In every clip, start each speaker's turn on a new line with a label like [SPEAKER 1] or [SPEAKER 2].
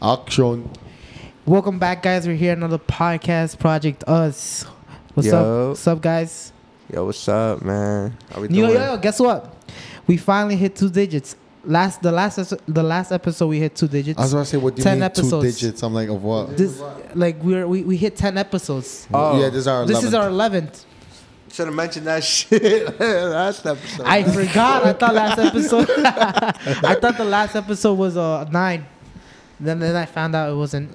[SPEAKER 1] Action.
[SPEAKER 2] Welcome back, guys. We're here another podcast, Project Us. What's up?
[SPEAKER 3] Yo.
[SPEAKER 2] What's up, guys?
[SPEAKER 3] Yo, what's up, man? How we
[SPEAKER 2] Yo,
[SPEAKER 3] doing?
[SPEAKER 2] yo, yo, guess what? We finally hit two digits. Last the last es- the last episode we hit two digits.
[SPEAKER 1] I was about to say, what do you
[SPEAKER 2] Ten
[SPEAKER 1] mean two
[SPEAKER 2] episodes.
[SPEAKER 1] digits? I'm like, of what?
[SPEAKER 2] This like we're we, we hit ten episodes.
[SPEAKER 3] Oh.
[SPEAKER 1] Yeah, this is our.
[SPEAKER 2] This is
[SPEAKER 1] 11th.
[SPEAKER 2] our eleventh.
[SPEAKER 3] Should have mentioned that shit last episode.
[SPEAKER 2] I forgot. I thought last episode. I thought the last episode was uh nine. Then then I found out it wasn't.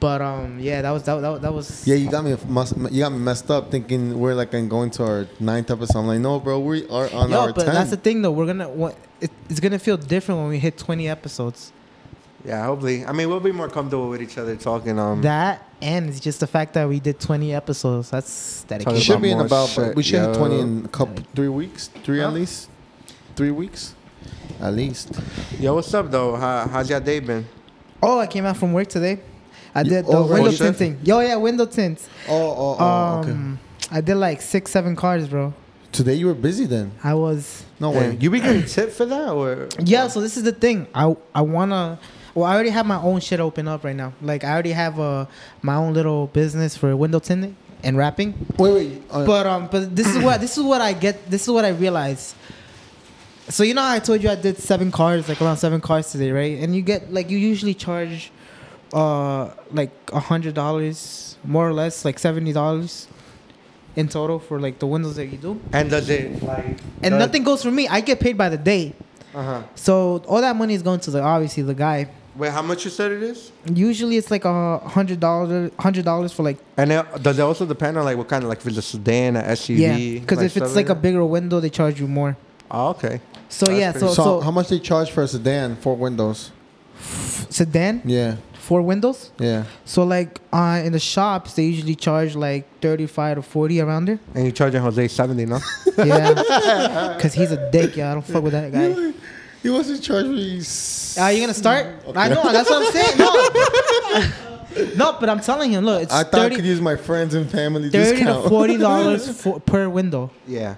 [SPEAKER 2] But um yeah, that was that, that, that was
[SPEAKER 1] Yeah, you got me. Must, you got me messed up thinking we're like and going to our ninth episode. I'm like, no, bro, we are on
[SPEAKER 2] Yo,
[SPEAKER 1] our
[SPEAKER 2] but that's the
[SPEAKER 1] tenth.
[SPEAKER 2] thing though. We're gonna what it, it's gonna feel different when we hit twenty episodes.
[SPEAKER 3] yeah, hopefully. I mean, we'll be more comfortable with each other talking. Um,
[SPEAKER 2] That and it's just the fact that we did twenty episodes. That's
[SPEAKER 1] We
[SPEAKER 3] Talking
[SPEAKER 2] dedication.
[SPEAKER 1] should be in
[SPEAKER 3] more
[SPEAKER 1] about.
[SPEAKER 3] shit,
[SPEAKER 1] we should hit
[SPEAKER 3] yo.
[SPEAKER 1] twenty in a couple, three weeks, three
[SPEAKER 2] Huh?
[SPEAKER 1] at least, three weeks, at least.
[SPEAKER 3] yo, what's up though? How, how's your day been?
[SPEAKER 2] Oh, I came out from work today. I
[SPEAKER 1] You-
[SPEAKER 2] did the
[SPEAKER 1] oh, right,
[SPEAKER 2] window
[SPEAKER 1] you
[SPEAKER 3] said?
[SPEAKER 2] tinting. Yo, yeah, window tints.
[SPEAKER 1] Oh, oh, oh. okay.
[SPEAKER 2] Um, I did like six, seven cars, bro.
[SPEAKER 1] Today you were busy then.
[SPEAKER 2] I was.
[SPEAKER 1] No
[SPEAKER 3] Damn,
[SPEAKER 1] way.
[SPEAKER 3] You be getting tip for that or?
[SPEAKER 2] Yeah. So this is the thing. I I wanna. Well, I already have my own shit open up right now. Like I already have uh, my own little business for window tinting and wrapping.
[SPEAKER 1] Wait, wait. uh,
[SPEAKER 2] But um, but this is what this is what I get. This is what I realize. So you know, how I told you I did seven cars, like around seven cars today, right? And you get like you usually charge, uh, like a hundred dollars, more or less, like seventy dollars, in total for like the windows that you do.
[SPEAKER 3] And does it like?
[SPEAKER 2] And
[SPEAKER 3] does-
[SPEAKER 2] nothing goes for me. I get paid by the day,
[SPEAKER 3] Uh huh.
[SPEAKER 2] so all that money is going to the obviously the guy.
[SPEAKER 3] Wait, how much you said it is?
[SPEAKER 2] Usually it's like a hundred dollars, hundred dollars for like
[SPEAKER 3] And it, does it also depend on like what kind of like if it's a sedan, a
[SPEAKER 2] yeah,
[SPEAKER 3] SUV?
[SPEAKER 2] because if
[SPEAKER 3] stuff
[SPEAKER 2] it's like a
[SPEAKER 3] that?
[SPEAKER 2] bigger window, they charge you more.
[SPEAKER 3] Oh, okay.
[SPEAKER 2] So
[SPEAKER 3] That's
[SPEAKER 2] yeah,
[SPEAKER 3] pretty-
[SPEAKER 2] so,
[SPEAKER 1] so,
[SPEAKER 2] so
[SPEAKER 1] how much they charge for a sedan, four windows?
[SPEAKER 2] sedan
[SPEAKER 1] Yeah,
[SPEAKER 2] four windows.
[SPEAKER 1] yeah.
[SPEAKER 2] So like uh, in the shops, they usually charge like thirty-five to forty around there.
[SPEAKER 3] And you're charging Jose seventy, no?
[SPEAKER 2] Yeah, because he's a dick, yeah. I don't fuck with that guy.
[SPEAKER 1] He wants to charge me. s-
[SPEAKER 2] Are you gonna start? I know. That's what I'm saying. No, no, but I'm telling him. Look, it's
[SPEAKER 1] I thought I could
[SPEAKER 2] 30,
[SPEAKER 1] use my friends and family
[SPEAKER 2] 30 to
[SPEAKER 1] discount.
[SPEAKER 2] forty dollars for, per window.
[SPEAKER 3] yeah.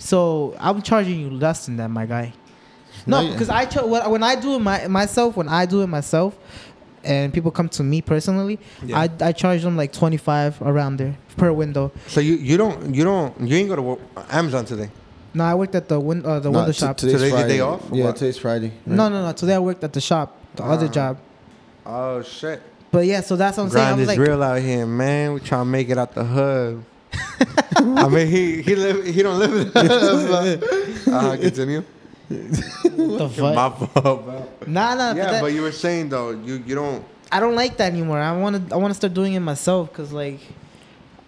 [SPEAKER 2] So I'm charging you less than that, my guy.
[SPEAKER 1] No,
[SPEAKER 2] No,
[SPEAKER 1] you-
[SPEAKER 2] because I ch- when when I do it my, myself, when I do it myself, and people come to me personally,
[SPEAKER 3] Yeah.
[SPEAKER 2] I, I charge them like twenty five around there per window.
[SPEAKER 3] So you you don't you don't you ain't go to wo- Amazon today.
[SPEAKER 2] No, I worked at the win- uh, the
[SPEAKER 1] No,
[SPEAKER 2] window
[SPEAKER 1] t-
[SPEAKER 2] shop.
[SPEAKER 1] Today's
[SPEAKER 3] Today's your
[SPEAKER 1] Friday.
[SPEAKER 3] day off, or
[SPEAKER 1] Yeah,
[SPEAKER 3] what?
[SPEAKER 1] today's Friday. right?
[SPEAKER 2] No, no, no. Today I worked at the shop, the other job.
[SPEAKER 3] Oh shit.
[SPEAKER 2] But yeah, so that's what I'm
[SPEAKER 3] Grind
[SPEAKER 2] saying. I'm
[SPEAKER 3] is
[SPEAKER 2] like,
[SPEAKER 3] real out here, man. We trying to make it out the hood. I mean, he he live he don't live in the hood. but- Uh, continue.
[SPEAKER 2] the fuck?
[SPEAKER 3] My fault. bro.
[SPEAKER 2] Nah, nah. but
[SPEAKER 3] Yeah,
[SPEAKER 2] that-
[SPEAKER 3] but you were saying though, you you don't.
[SPEAKER 2] I don't like that anymore. I want to. I want to start doing it myself because, like,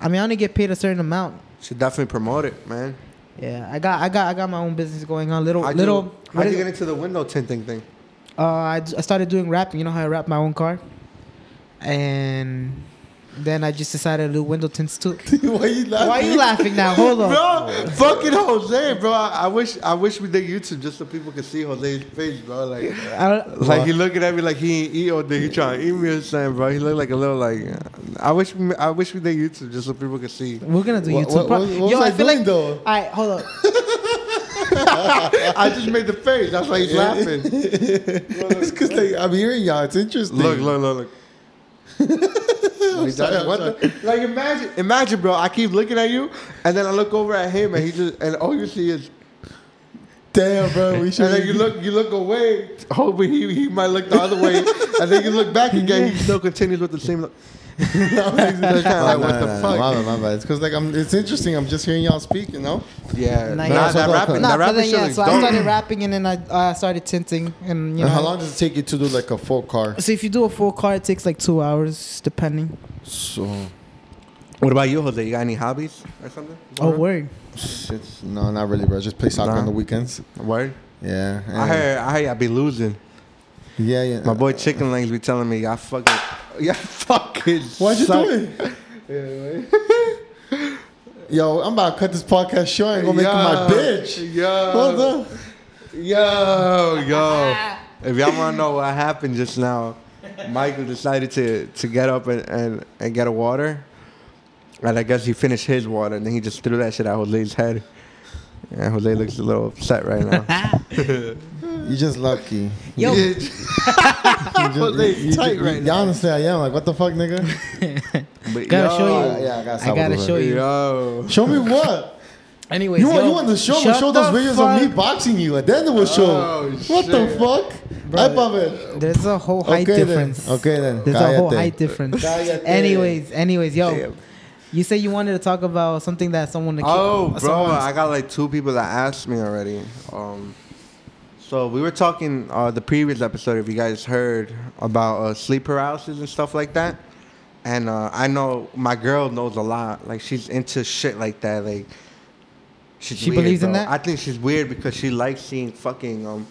[SPEAKER 2] I mean, I only get paid a certain amount.
[SPEAKER 3] Should definitely promote it, man.
[SPEAKER 2] Yeah, I got, I got, I got my own business going on. Little,
[SPEAKER 3] How'd
[SPEAKER 2] Oh, little.
[SPEAKER 3] You,
[SPEAKER 2] what
[SPEAKER 3] how'd you
[SPEAKER 2] is
[SPEAKER 3] get
[SPEAKER 2] it?
[SPEAKER 3] into the window tinting thing?
[SPEAKER 2] uh, I, d- I started doing rapping. You know how I wrap my own car, and then I just decided to do window tints too.
[SPEAKER 3] Why you laughing?
[SPEAKER 2] Why are you laughing now? Hold on.
[SPEAKER 3] Bro, fucking Jose, bro. I, I wish I wish we did YouTube just so people could see Jose's face, bro. Like,
[SPEAKER 2] I don't,
[SPEAKER 3] like he looking at me like he ain't eat all day. He trying to eat me or something, bro. He look like a little like. I wish we- I wish we did YouTube just so people could see.
[SPEAKER 2] we're gonna do
[SPEAKER 1] What-
[SPEAKER 2] YouTube.
[SPEAKER 1] what-
[SPEAKER 2] pro-
[SPEAKER 1] what- what
[SPEAKER 2] Yo,
[SPEAKER 1] was
[SPEAKER 2] I
[SPEAKER 1] I
[SPEAKER 2] feel
[SPEAKER 1] doing,
[SPEAKER 2] like.
[SPEAKER 1] though?
[SPEAKER 2] All right, hold on.
[SPEAKER 3] I just made the face. That's why he's laughing.
[SPEAKER 1] it's because like, I'm hearing y'all. It's interesting.
[SPEAKER 3] Look, look, look, look. Like,
[SPEAKER 1] sorry,
[SPEAKER 3] that-
[SPEAKER 1] I'm
[SPEAKER 3] what the- like imagine, imagine, bro. I keep looking at you, and then I look over at him, and he just, and all you see is,
[SPEAKER 1] Damn, bro. We
[SPEAKER 3] and then you
[SPEAKER 1] should.
[SPEAKER 3] look, you look away, hoping he, he might look the other way, and then you look back again. He still continues with the same. Look. It's kinda like, what the fuck?
[SPEAKER 1] My bad, my bad. It's because like I'm. It's interesting. I'm just hearing y'all speak. You know.
[SPEAKER 3] Yeah,
[SPEAKER 2] Nah,
[SPEAKER 3] nah,
[SPEAKER 2] yeah, so
[SPEAKER 3] that
[SPEAKER 1] go-
[SPEAKER 3] rapping,
[SPEAKER 1] And
[SPEAKER 2] Nah,
[SPEAKER 3] that
[SPEAKER 2] but
[SPEAKER 3] rapping
[SPEAKER 2] then
[SPEAKER 3] shit
[SPEAKER 2] yeah,
[SPEAKER 3] is
[SPEAKER 2] so I
[SPEAKER 3] dope.
[SPEAKER 2] started rapping and then I I started tinting and you
[SPEAKER 1] And
[SPEAKER 2] know.
[SPEAKER 1] how long does it take you to do like a full car?
[SPEAKER 2] So if you do a full car, it takes like two hours, depending.
[SPEAKER 1] So
[SPEAKER 3] What about you, Jose? You got any hobbies or something?
[SPEAKER 2] Oh, word.
[SPEAKER 1] shit. No, not really, bro. I just play soccer
[SPEAKER 3] Nah.
[SPEAKER 1] on the weekends.
[SPEAKER 3] Word.
[SPEAKER 1] Yeah.
[SPEAKER 3] I
[SPEAKER 1] and-
[SPEAKER 3] heard, I heard y'all be losing.
[SPEAKER 1] Yeah, yeah.
[SPEAKER 3] My boy Chicken Legs be telling me y'all fucking, y'all fucking.
[SPEAKER 1] What you
[SPEAKER 3] suck.
[SPEAKER 1] doing? Yo, I'm about to cut this podcast short and go make it my bitch.
[SPEAKER 3] Yo,
[SPEAKER 1] Hold up.
[SPEAKER 3] yo, yo. if y'all wanna know what happened just now, Michael decided to to get up and and, and get a water, and I guess he finished his water and then he just threw that shit at Jose's head. And Jose looks a little upset right now.
[SPEAKER 1] You're just lucky.
[SPEAKER 2] Yo,
[SPEAKER 1] You just-
[SPEAKER 3] Well, they
[SPEAKER 1] you- you-
[SPEAKER 3] tight
[SPEAKER 1] you-
[SPEAKER 3] right
[SPEAKER 1] you-
[SPEAKER 3] now.
[SPEAKER 1] Honestly, I am. Like, what the fuck, nigga?
[SPEAKER 3] But
[SPEAKER 2] Gotta show
[SPEAKER 3] yo,
[SPEAKER 2] you.
[SPEAKER 1] Uh, yeah, I gotta,
[SPEAKER 2] I gotta show you.
[SPEAKER 3] Yo.
[SPEAKER 1] Show me what?
[SPEAKER 2] Anyways,
[SPEAKER 1] You want
[SPEAKER 2] yo,
[SPEAKER 1] you want to show me
[SPEAKER 2] shut
[SPEAKER 1] show those
[SPEAKER 2] the
[SPEAKER 1] videos
[SPEAKER 2] fuck-
[SPEAKER 1] of me boxing you and then we'll show.
[SPEAKER 3] Oh,
[SPEAKER 1] what the
[SPEAKER 3] shit.
[SPEAKER 1] fuck?
[SPEAKER 2] Bro,
[SPEAKER 1] I love it.
[SPEAKER 2] There's a whole height
[SPEAKER 1] Okay then.
[SPEAKER 2] difference.
[SPEAKER 1] Okay then.
[SPEAKER 2] There's a whole
[SPEAKER 1] Cállate.
[SPEAKER 2] height difference.
[SPEAKER 1] Cállate.
[SPEAKER 2] anyways, anyways, yo,
[SPEAKER 3] Damn.
[SPEAKER 2] you said you wanted to talk about something that someone.
[SPEAKER 3] Oh, bro,
[SPEAKER 2] someone-
[SPEAKER 3] I got like two people that asked me already. Um, so we were talking uh, the previous episode, if you guys heard about uh, sleep paralysis and stuff like that. And uh, I know my girl knows a lot. Like she's into shit like that. Like she's
[SPEAKER 2] She
[SPEAKER 3] weird,
[SPEAKER 2] believes in
[SPEAKER 3] bro.
[SPEAKER 2] that?
[SPEAKER 3] I think she's weird because she likes seeing fucking um,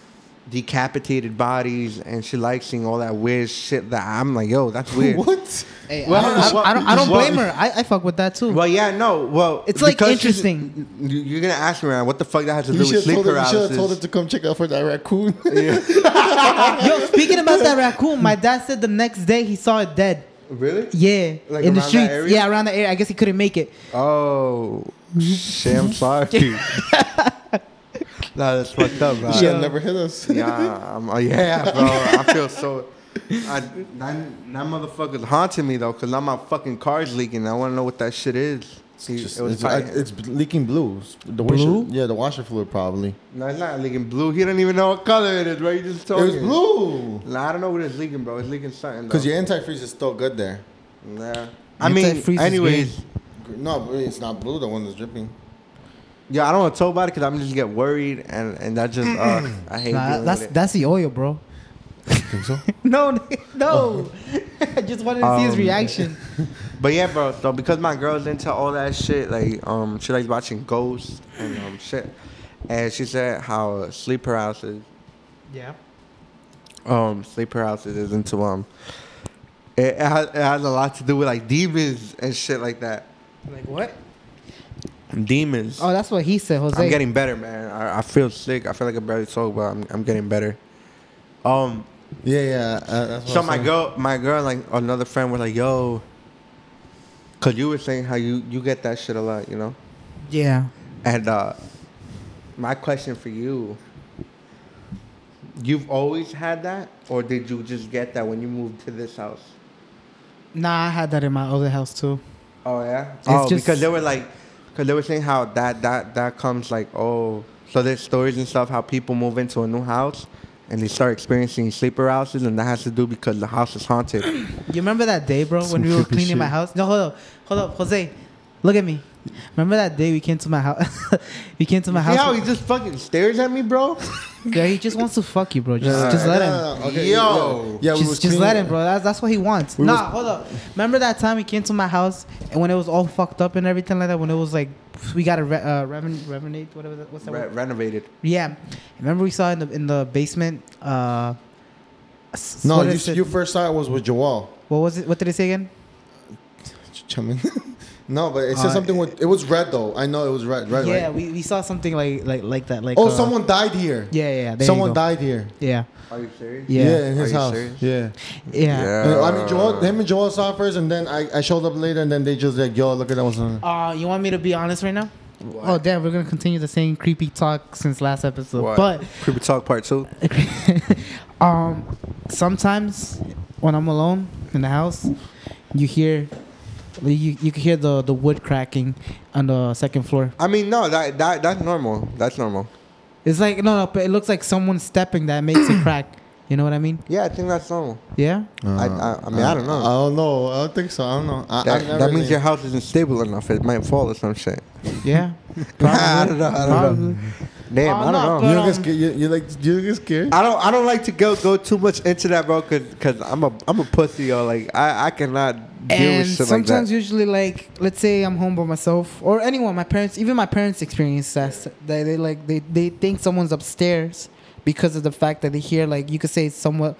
[SPEAKER 3] decapitated bodies, and she likes seeing all that weird shit. That I'm like, yo, that's weird.
[SPEAKER 1] What?
[SPEAKER 2] Hey, I,
[SPEAKER 3] Well,
[SPEAKER 2] don't, I, I don't, I don't
[SPEAKER 3] what-
[SPEAKER 2] blame her. I, I fuck with that too.
[SPEAKER 3] Well, yeah, no. Well,
[SPEAKER 2] It's, like,
[SPEAKER 3] because she's-
[SPEAKER 2] interesting.
[SPEAKER 3] you- You're gonna ask me, man, what the fuck that has to
[SPEAKER 1] You
[SPEAKER 3] do with
[SPEAKER 1] should
[SPEAKER 3] sleep
[SPEAKER 1] have told her. You should have told her
[SPEAKER 3] paralysis?
[SPEAKER 1] to come check out for that raccoon.
[SPEAKER 2] Yo, speaking about that raccoon, my dad said the next day he saw it dead.
[SPEAKER 3] Really?
[SPEAKER 2] Yeah,
[SPEAKER 3] Like
[SPEAKER 2] in the
[SPEAKER 3] around that
[SPEAKER 2] streets.
[SPEAKER 3] area?
[SPEAKER 2] Yeah, around the area. I guess he couldn't make it.
[SPEAKER 3] Oh, shit! I'm sorry. nah, that's fucked up, bro.
[SPEAKER 1] she had never hit us.
[SPEAKER 3] Yeah, I'm, uh, yeah, bro. I feel so. I, that, that motherfucker's haunting me though, cause now my fucking car's leaking. I want to know what that shit is. See,
[SPEAKER 1] Just-
[SPEAKER 3] it was
[SPEAKER 1] it's,
[SPEAKER 3] probably-
[SPEAKER 1] I- it's leaking blue. The
[SPEAKER 2] Blue?
[SPEAKER 1] Washer, yeah, the washer fluid probably.
[SPEAKER 3] no, it's not leaking blue. He don't even know what color it is, bro. You just told
[SPEAKER 1] It was
[SPEAKER 3] me.
[SPEAKER 1] blue.
[SPEAKER 3] Nah, I don't know what it's leaking, bro. It's leaking something.
[SPEAKER 1] Because
[SPEAKER 3] though.
[SPEAKER 1] your antifreeze is still good there.
[SPEAKER 3] Nah. I mean,
[SPEAKER 2] Antifreeze is
[SPEAKER 3] anyways.
[SPEAKER 2] good.
[SPEAKER 1] No, but it's not blue. The one that's dripping.
[SPEAKER 3] Yeah, I don't want to talk about it because I'm just get worried and and that just uh, I hate
[SPEAKER 2] Nah,
[SPEAKER 3] dealing
[SPEAKER 2] that's
[SPEAKER 3] with it.
[SPEAKER 2] that's the oil, bro.
[SPEAKER 1] Think so? Oh.
[SPEAKER 2] No, no. I just wanted to see his
[SPEAKER 3] Um,
[SPEAKER 2] reaction.
[SPEAKER 3] But yeah, bro. So because my girl's into all that shit, like um, she likes watching ghosts and um shit, and she said how uh, sleep paralysis,
[SPEAKER 2] Yeah.
[SPEAKER 3] um, sleep paralysis is into um, it, it, has, it has a lot to do with like demons and shit like that.
[SPEAKER 2] Like what?
[SPEAKER 3] Demons.
[SPEAKER 2] Oh, that's what he said, Jose.
[SPEAKER 3] I'm getting better, man. I, I feel sick. I feel like I barely talk, but I'm I'm getting better. Um,
[SPEAKER 1] Yeah, yeah. Uh, that's what
[SPEAKER 3] So
[SPEAKER 1] I'm
[SPEAKER 3] my
[SPEAKER 1] saying.
[SPEAKER 3] girl, my girl, like another friend, was like, "Yo," because you were saying how you you get that shit a lot, you know.
[SPEAKER 2] yeah.
[SPEAKER 3] And uh my question for you: You've always had that, or did you just get that when you moved to this house?
[SPEAKER 2] Nah, I had that in my other house too.
[SPEAKER 3] Oh yeah. oh,
[SPEAKER 2] just-
[SPEAKER 3] because they were like, because they were saying how that that that comes like oh, so there's stories and stuff how people move into a new house. And they start experiencing sleep paralysis, and that has to do because the house is haunted.
[SPEAKER 2] You remember that day, bro, when we were
[SPEAKER 1] creepy
[SPEAKER 2] cleaning my
[SPEAKER 1] shit.
[SPEAKER 2] house? No, hold up, hold up, Jose. Look at me. Remember that day we came to my house? we came to my
[SPEAKER 3] See how
[SPEAKER 2] house.
[SPEAKER 3] he just fucking stares at me, bro?
[SPEAKER 2] Yeah, he just wants to fuck you, bro. Just,
[SPEAKER 1] Yeah,
[SPEAKER 2] just
[SPEAKER 1] yeah,
[SPEAKER 2] let
[SPEAKER 1] no,
[SPEAKER 2] him.
[SPEAKER 1] no, no, okay,
[SPEAKER 3] Yo.
[SPEAKER 1] Uh, Yeah, yeah, we was
[SPEAKER 2] just, just
[SPEAKER 1] cleaning-
[SPEAKER 2] let him, bro. That's, that's what he wants.
[SPEAKER 1] We
[SPEAKER 2] nah, hold up. Remember that time he came to my house and when it was all fucked up and everything like that. When it was like we got a re- uh, reven- revenate, whatever. That, what's that?
[SPEAKER 3] Re-
[SPEAKER 2] word?
[SPEAKER 3] renovated.
[SPEAKER 2] Yeah. Remember we saw in the in the basement. Uh, s-
[SPEAKER 1] No,
[SPEAKER 2] what
[SPEAKER 1] you,
[SPEAKER 2] is it?
[SPEAKER 1] you first saw it was with Joel.
[SPEAKER 2] What was it? What did it say again?
[SPEAKER 1] Chumin. no, but it said
[SPEAKER 2] Uh,
[SPEAKER 1] something with. It was red though. I know it was red. Red.
[SPEAKER 2] yeah,
[SPEAKER 1] Right?
[SPEAKER 2] we, we saw something like like like that. Like
[SPEAKER 1] oh,
[SPEAKER 2] uh,
[SPEAKER 1] someone died here.
[SPEAKER 2] Yeah, yeah. yeah there you
[SPEAKER 1] someone
[SPEAKER 2] go.
[SPEAKER 1] died here.
[SPEAKER 2] Yeah,
[SPEAKER 3] Are you serious?
[SPEAKER 2] Yeah.
[SPEAKER 1] Yeah, in his
[SPEAKER 3] Are you
[SPEAKER 1] house.
[SPEAKER 3] serious?
[SPEAKER 1] Yeah.
[SPEAKER 2] yeah.
[SPEAKER 1] Uh, I mean, Joel, him and Joel saw first, and then I, I showed up later, and then they just like, yo, look at that was on.
[SPEAKER 2] Uh, you want me to be honest right now? Oh damn, we're gonna continue the same creepy talk since last episode. But
[SPEAKER 3] Creepy Talk Part 2.
[SPEAKER 2] um, sometimes when I'm alone in the house, you hear you you can hear the the wood cracking on the second floor.
[SPEAKER 3] I mean, no, that, that that's normal. That's normal.
[SPEAKER 2] It's like no, no, but it looks like someone stepping that makes it crack. You know what I mean?
[SPEAKER 3] Yeah, I think that's normal.
[SPEAKER 2] Yeah.
[SPEAKER 3] I, I, I mean, I don't know.
[SPEAKER 1] Uh, I don't know. I don't think so. I don't know. I,
[SPEAKER 3] that,
[SPEAKER 1] I've
[SPEAKER 3] that
[SPEAKER 1] never
[SPEAKER 3] means
[SPEAKER 1] seen-
[SPEAKER 3] your house isn't stable enough. It might fall or some shit.
[SPEAKER 2] Yeah.
[SPEAKER 3] I don't know. I don't know. Damn,
[SPEAKER 2] Oh,
[SPEAKER 3] I
[SPEAKER 2] no,
[SPEAKER 3] don't
[SPEAKER 1] You
[SPEAKER 3] know.
[SPEAKER 2] but-
[SPEAKER 1] don't
[SPEAKER 2] um,
[SPEAKER 1] get scared. You, you like you get scared.
[SPEAKER 3] I don't. I don't like to go go too much into that, bro. Cause, cause I'm a I'm a pussy, yo. Like I, I cannot deal
[SPEAKER 2] and
[SPEAKER 3] with shit like
[SPEAKER 2] sometimes
[SPEAKER 3] that.
[SPEAKER 2] usually like let's say i'm home by myself or anyone my parents even my parents experience that they, they like they, they think someone's upstairs because of the fact that they hear like you could say it's somewhat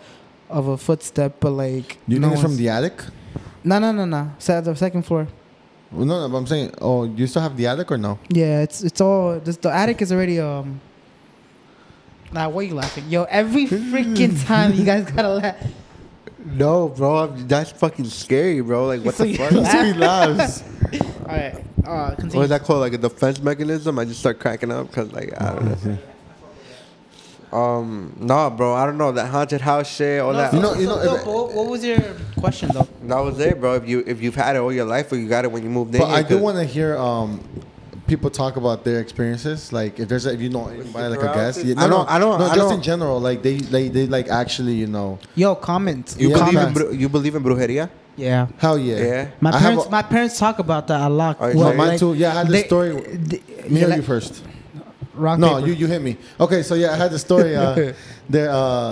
[SPEAKER 2] of a footstep but like
[SPEAKER 1] You
[SPEAKER 2] no
[SPEAKER 1] think it's from
[SPEAKER 2] one's-
[SPEAKER 1] the attic?
[SPEAKER 2] no no no no so the second floor
[SPEAKER 1] Well, no, no. But I'm saying, oh, you still have the attic or no?
[SPEAKER 2] yeah it's it's all this, the attic is already um Nah, why you laughing? Yo, every freaking time you guys gotta laugh.
[SPEAKER 3] no, bro. I'm- that's fucking scary, bro. Like what the fuck?
[SPEAKER 1] Three lives.
[SPEAKER 2] All right, uh, continue.
[SPEAKER 3] What is that called? Like a defense mechanism? I just start cracking up because, like, I don't know.
[SPEAKER 1] Mm-hmm.
[SPEAKER 3] Um, no, bro, I don't know that haunted house shit, all that.
[SPEAKER 1] You know- you know,
[SPEAKER 2] no,
[SPEAKER 1] if-
[SPEAKER 2] but what- what was your question though?
[SPEAKER 3] that was it, bro. If you if you've had it all your life, or you got it when you moved in.
[SPEAKER 1] But I
[SPEAKER 3] you
[SPEAKER 1] do
[SPEAKER 3] could-
[SPEAKER 1] want to hear um, people talk about their experiences. Like if there's a, if you know anybody like a guest,
[SPEAKER 3] paralysis?
[SPEAKER 1] yeah, no,
[SPEAKER 3] I
[SPEAKER 1] no,
[SPEAKER 3] don't- I don't-
[SPEAKER 1] No,
[SPEAKER 3] I
[SPEAKER 1] just
[SPEAKER 3] don't-
[SPEAKER 1] in general, like they, they, they like actually, you know,
[SPEAKER 2] Yo, comment.
[SPEAKER 3] You
[SPEAKER 1] Yeah.
[SPEAKER 3] believe in
[SPEAKER 1] Comments.
[SPEAKER 3] bru- you believe in brujeria?
[SPEAKER 2] yeah.
[SPEAKER 1] hell yeah,
[SPEAKER 3] Yeah.
[SPEAKER 2] My
[SPEAKER 1] I have
[SPEAKER 2] parents,
[SPEAKER 1] a-
[SPEAKER 2] my parents talk about that a lot.
[SPEAKER 3] Oh, yeah, mine
[SPEAKER 1] too. Yeah, I had this story.
[SPEAKER 2] they-
[SPEAKER 1] Me
[SPEAKER 2] they
[SPEAKER 1] or
[SPEAKER 2] like-
[SPEAKER 1] you first?
[SPEAKER 2] rock,
[SPEAKER 1] No,
[SPEAKER 2] paper.
[SPEAKER 1] you you hit me. Okay, so yeah, I had the story. Uh, there, uh,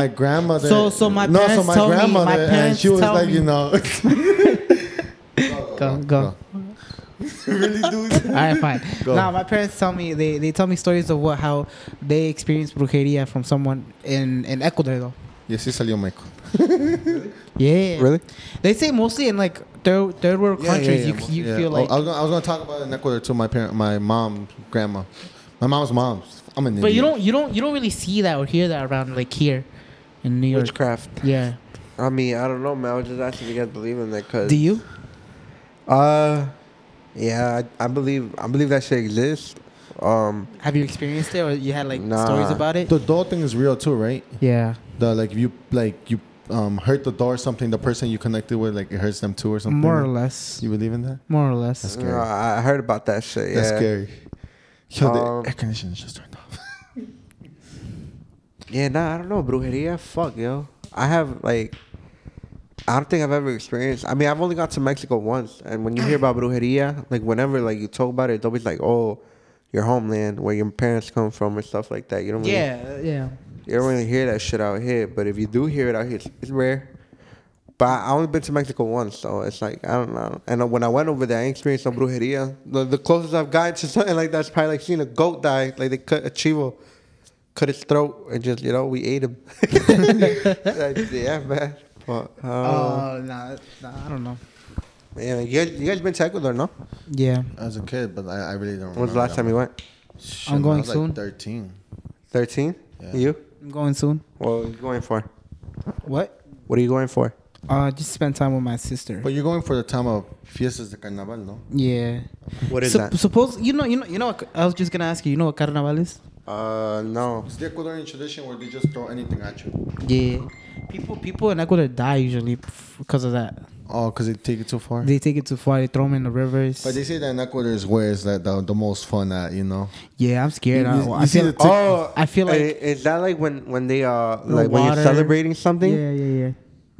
[SPEAKER 1] my grandmother.
[SPEAKER 2] So- so my parents told me- my
[SPEAKER 1] and
[SPEAKER 2] parents
[SPEAKER 1] she was
[SPEAKER 2] told
[SPEAKER 1] like,
[SPEAKER 2] me-
[SPEAKER 1] you know,
[SPEAKER 2] go go. All right, fine. Now my parents tell me they, they tell me stories of what how they experienced brujeria from someone in in Ecuador though.
[SPEAKER 1] yes, sí salió Michael.
[SPEAKER 2] Yeah,
[SPEAKER 3] Really?
[SPEAKER 2] They say mostly in like third third world countries you, you
[SPEAKER 1] Yeah.
[SPEAKER 2] feel
[SPEAKER 1] Oh,
[SPEAKER 2] like.
[SPEAKER 1] I was gonna, I was gonna talk about it in Ecuador too. My parent, my mom, grandma, my mom's mom. I'm an
[SPEAKER 2] but you
[SPEAKER 1] idiot.
[SPEAKER 2] don't you don't you don't really see that or hear that around like here in New York.
[SPEAKER 3] Witchcraft.
[SPEAKER 2] Yeah.
[SPEAKER 3] I mean, I don't know, man. I was just asking if you guys believe in that, cause
[SPEAKER 2] Do you?
[SPEAKER 3] uh, yeah, I, I believe I believe that shit exists. Um,
[SPEAKER 2] Have you experienced it or you had like
[SPEAKER 3] Nah.
[SPEAKER 2] stories about it?
[SPEAKER 1] The door thing is real too, right?
[SPEAKER 2] Yeah.
[SPEAKER 1] The like you like you um hurt the door or something. The person you connected with like it hurts them too or something.
[SPEAKER 2] More or less.
[SPEAKER 1] You believe in that?
[SPEAKER 2] More or less.
[SPEAKER 1] scary.
[SPEAKER 3] no, I I heard about that shit. Yeah.
[SPEAKER 1] That's scary. Yo, the
[SPEAKER 3] Um,
[SPEAKER 1] air conditioning just turned off.
[SPEAKER 3] Yeah, nah, I don't know, brujeria. Fuck, yo. I have like, I don't think I've ever experienced. I mean, I've only got to Mexico once, and when you hear about brujeria, like whenever like you talk about it, it's always like, oh, your homeland, where your parents come from, and stuff like that. You don't really,
[SPEAKER 2] Yeah. Yeah.
[SPEAKER 3] you don't really hear that shit out here. But if you do hear it out here, it's, it's rare. But I only been to Mexico once, so it's like I don't know. And uh, when I went over there, I experienced no brujeria. The, the closest I've gotten to something like that's probably like seeing a goat die, like they cut a chivo, cut his throat, and just you know we ate him. Like, yeah, man. But, uh,
[SPEAKER 2] Oh no, I don't know.
[SPEAKER 3] yeah, you guys, you guys been to Ecuador? No.
[SPEAKER 2] Yeah.
[SPEAKER 1] As a kid, but I, I really don't.
[SPEAKER 3] When was the last time you went?
[SPEAKER 1] Shit,
[SPEAKER 2] I'm
[SPEAKER 1] man,
[SPEAKER 2] going
[SPEAKER 1] I was
[SPEAKER 2] soon.
[SPEAKER 1] Like Thirteen.
[SPEAKER 3] Thirteen.
[SPEAKER 1] Yeah.
[SPEAKER 3] You?
[SPEAKER 2] I'm going soon.
[SPEAKER 3] What are you going for?
[SPEAKER 2] What?
[SPEAKER 3] What are you going for?
[SPEAKER 2] Uh, just spend time with my sister.
[SPEAKER 1] But you're going for the time of fiestas de carnaval, no?
[SPEAKER 2] yeah.
[SPEAKER 3] What is
[SPEAKER 2] Sup-
[SPEAKER 3] that?
[SPEAKER 2] Suppose you know, you know, you know. What, I was just gonna ask you. You know what carnaval is?
[SPEAKER 3] Uh, no.
[SPEAKER 1] It's the Ecuadorian tradition where they just throw anything at you.
[SPEAKER 2] Yeah. People, people in Ecuador die usually because of that.
[SPEAKER 1] Oh, because they take it too far.
[SPEAKER 2] They take it too far. They throw them in the rivers.
[SPEAKER 1] but they say that in Ecuador is where it's like the, the most fun at, you know?
[SPEAKER 2] yeah, I'm scared.
[SPEAKER 1] You-
[SPEAKER 2] I,
[SPEAKER 1] you-
[SPEAKER 2] I
[SPEAKER 1] you see the
[SPEAKER 2] feel. like-
[SPEAKER 1] tick-
[SPEAKER 3] Oh,
[SPEAKER 2] I feel like-
[SPEAKER 3] i- is that like when when they uh
[SPEAKER 2] The
[SPEAKER 3] like when
[SPEAKER 2] water.
[SPEAKER 3] you're celebrating something?
[SPEAKER 2] Yeah, yeah, yeah.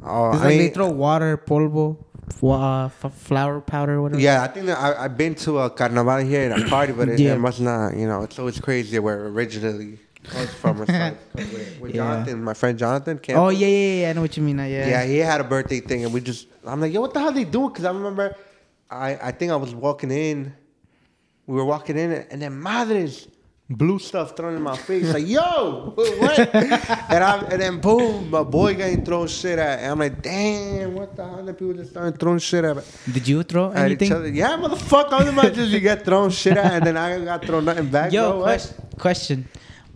[SPEAKER 3] Oh,
[SPEAKER 2] It's
[SPEAKER 3] I
[SPEAKER 2] like
[SPEAKER 3] mean,
[SPEAKER 2] they throw water, polvo, f- uh, f- flower powder, whatever.
[SPEAKER 3] yeah, I think that I I've been to a carnival here at a party, but it,
[SPEAKER 2] Yeah.
[SPEAKER 3] it must not. You know, it's always crazy where it originally comes from. It's like with, with
[SPEAKER 2] Yeah.
[SPEAKER 3] Jonathan, my friend Jonathan. Campbell.
[SPEAKER 2] Oh yeah, yeah, yeah. I know what you mean. uh, Yeah.
[SPEAKER 3] Yeah, he had a birthday thing, and we just I'm like, yo, what the hell they doing? Because I remember, I I think I was walking in, we were walking in, and then madres, blue stuff thrown in my face, like yo, what? and I and then boom, my boy getting thrown shit at, and I'm like, damn, what the hell? The people just started throwing shit at,
[SPEAKER 2] Did you throw
[SPEAKER 3] at each
[SPEAKER 2] anything?
[SPEAKER 3] other. Yeah, motherfucker, I was about just you get thrown shit at, and then I got thrown nothing back.
[SPEAKER 2] Yo,
[SPEAKER 3] bro, what?
[SPEAKER 2] quest- question.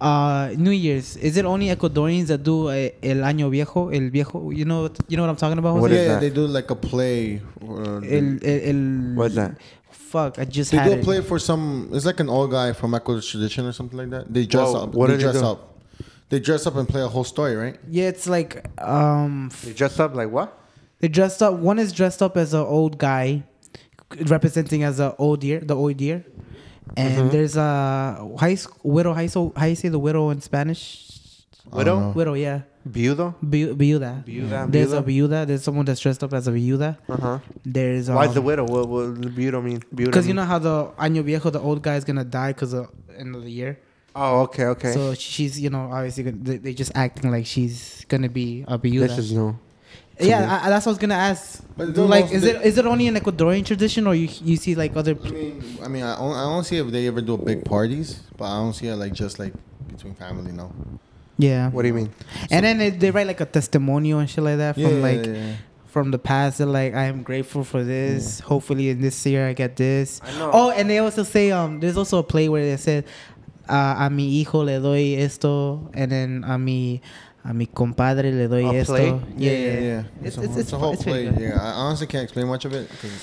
[SPEAKER 2] Uh, New Year's. Is it only Ecuadorians that do uh, El Año Viejo? El Viejo. You know. You know what I'm talking about. Jose?
[SPEAKER 3] What
[SPEAKER 1] yeah,
[SPEAKER 3] is that?
[SPEAKER 1] they do like a play. Or
[SPEAKER 2] El, el, el-
[SPEAKER 3] What's that?
[SPEAKER 2] Fuck! I just
[SPEAKER 1] they
[SPEAKER 2] had
[SPEAKER 1] do a
[SPEAKER 2] it.
[SPEAKER 1] play for some, it's like an old guy from Ecuador's tradition or something like that. They dress
[SPEAKER 3] Whoa,
[SPEAKER 1] up.
[SPEAKER 3] what
[SPEAKER 1] they
[SPEAKER 3] do they
[SPEAKER 1] dress
[SPEAKER 3] do?
[SPEAKER 1] up. They dress up and play a whole story, right?
[SPEAKER 2] Yeah, it's like um, f-
[SPEAKER 3] They dressed up like what?
[SPEAKER 2] they dressed up. One is dressed up as an old guy, representing as an old year, the old year. And
[SPEAKER 3] Mm-hmm.
[SPEAKER 2] there's a high school, widow. High so how you say the widow in Spanish?
[SPEAKER 3] Widow,
[SPEAKER 1] know.
[SPEAKER 2] Widow, yeah.
[SPEAKER 3] viudo.
[SPEAKER 2] Vi- viuda.
[SPEAKER 3] Viuda,
[SPEAKER 2] There's
[SPEAKER 3] viuda.
[SPEAKER 2] a viuda. There's someone that's dressed up as a viuda.
[SPEAKER 3] Uh huh.
[SPEAKER 2] There's um,
[SPEAKER 3] Why is the widow? What, what the beauty mean? Beauty
[SPEAKER 2] Because you
[SPEAKER 3] mean?
[SPEAKER 2] know how the año viejo, the old guy is gonna die because of end of the year.
[SPEAKER 3] Oh, okay, okay.
[SPEAKER 2] So she's, you know, obviously gonna, they, they just acting like she's gonna be a viuda.
[SPEAKER 3] this is new.
[SPEAKER 2] yeah, I, I- that's what I was gonna ask.
[SPEAKER 1] But
[SPEAKER 2] Do,
[SPEAKER 1] the
[SPEAKER 2] like,
[SPEAKER 1] most-
[SPEAKER 2] is it is it only an Ecuadorian tradition, or you you see like other?
[SPEAKER 1] I mean, I mean, I don't, I don't see if they ever do big parties, but I don't see it like just like between family, no.
[SPEAKER 2] Yeah.
[SPEAKER 3] What do you mean?
[SPEAKER 2] and then it, they write like a testimonial and shit like that from
[SPEAKER 1] Yeah,
[SPEAKER 2] like
[SPEAKER 1] yeah, yeah.
[SPEAKER 2] from the past. They're like, I am grateful for this. Hopefully, in this year, I get this.
[SPEAKER 3] I know.
[SPEAKER 2] Oh, and they also say um, there's also a play where they said, uh, a mi hijo le doy esto, and then a mi a mi compadre le doy
[SPEAKER 3] A
[SPEAKER 2] esto.
[SPEAKER 3] play?
[SPEAKER 2] Yeah, yeah, yeah.
[SPEAKER 1] It's,
[SPEAKER 2] It's
[SPEAKER 1] a,
[SPEAKER 2] it's
[SPEAKER 1] whole-
[SPEAKER 2] it's,
[SPEAKER 1] it's a whole play.
[SPEAKER 2] Yeah.
[SPEAKER 1] Yeah, I honestly can't explain much of it because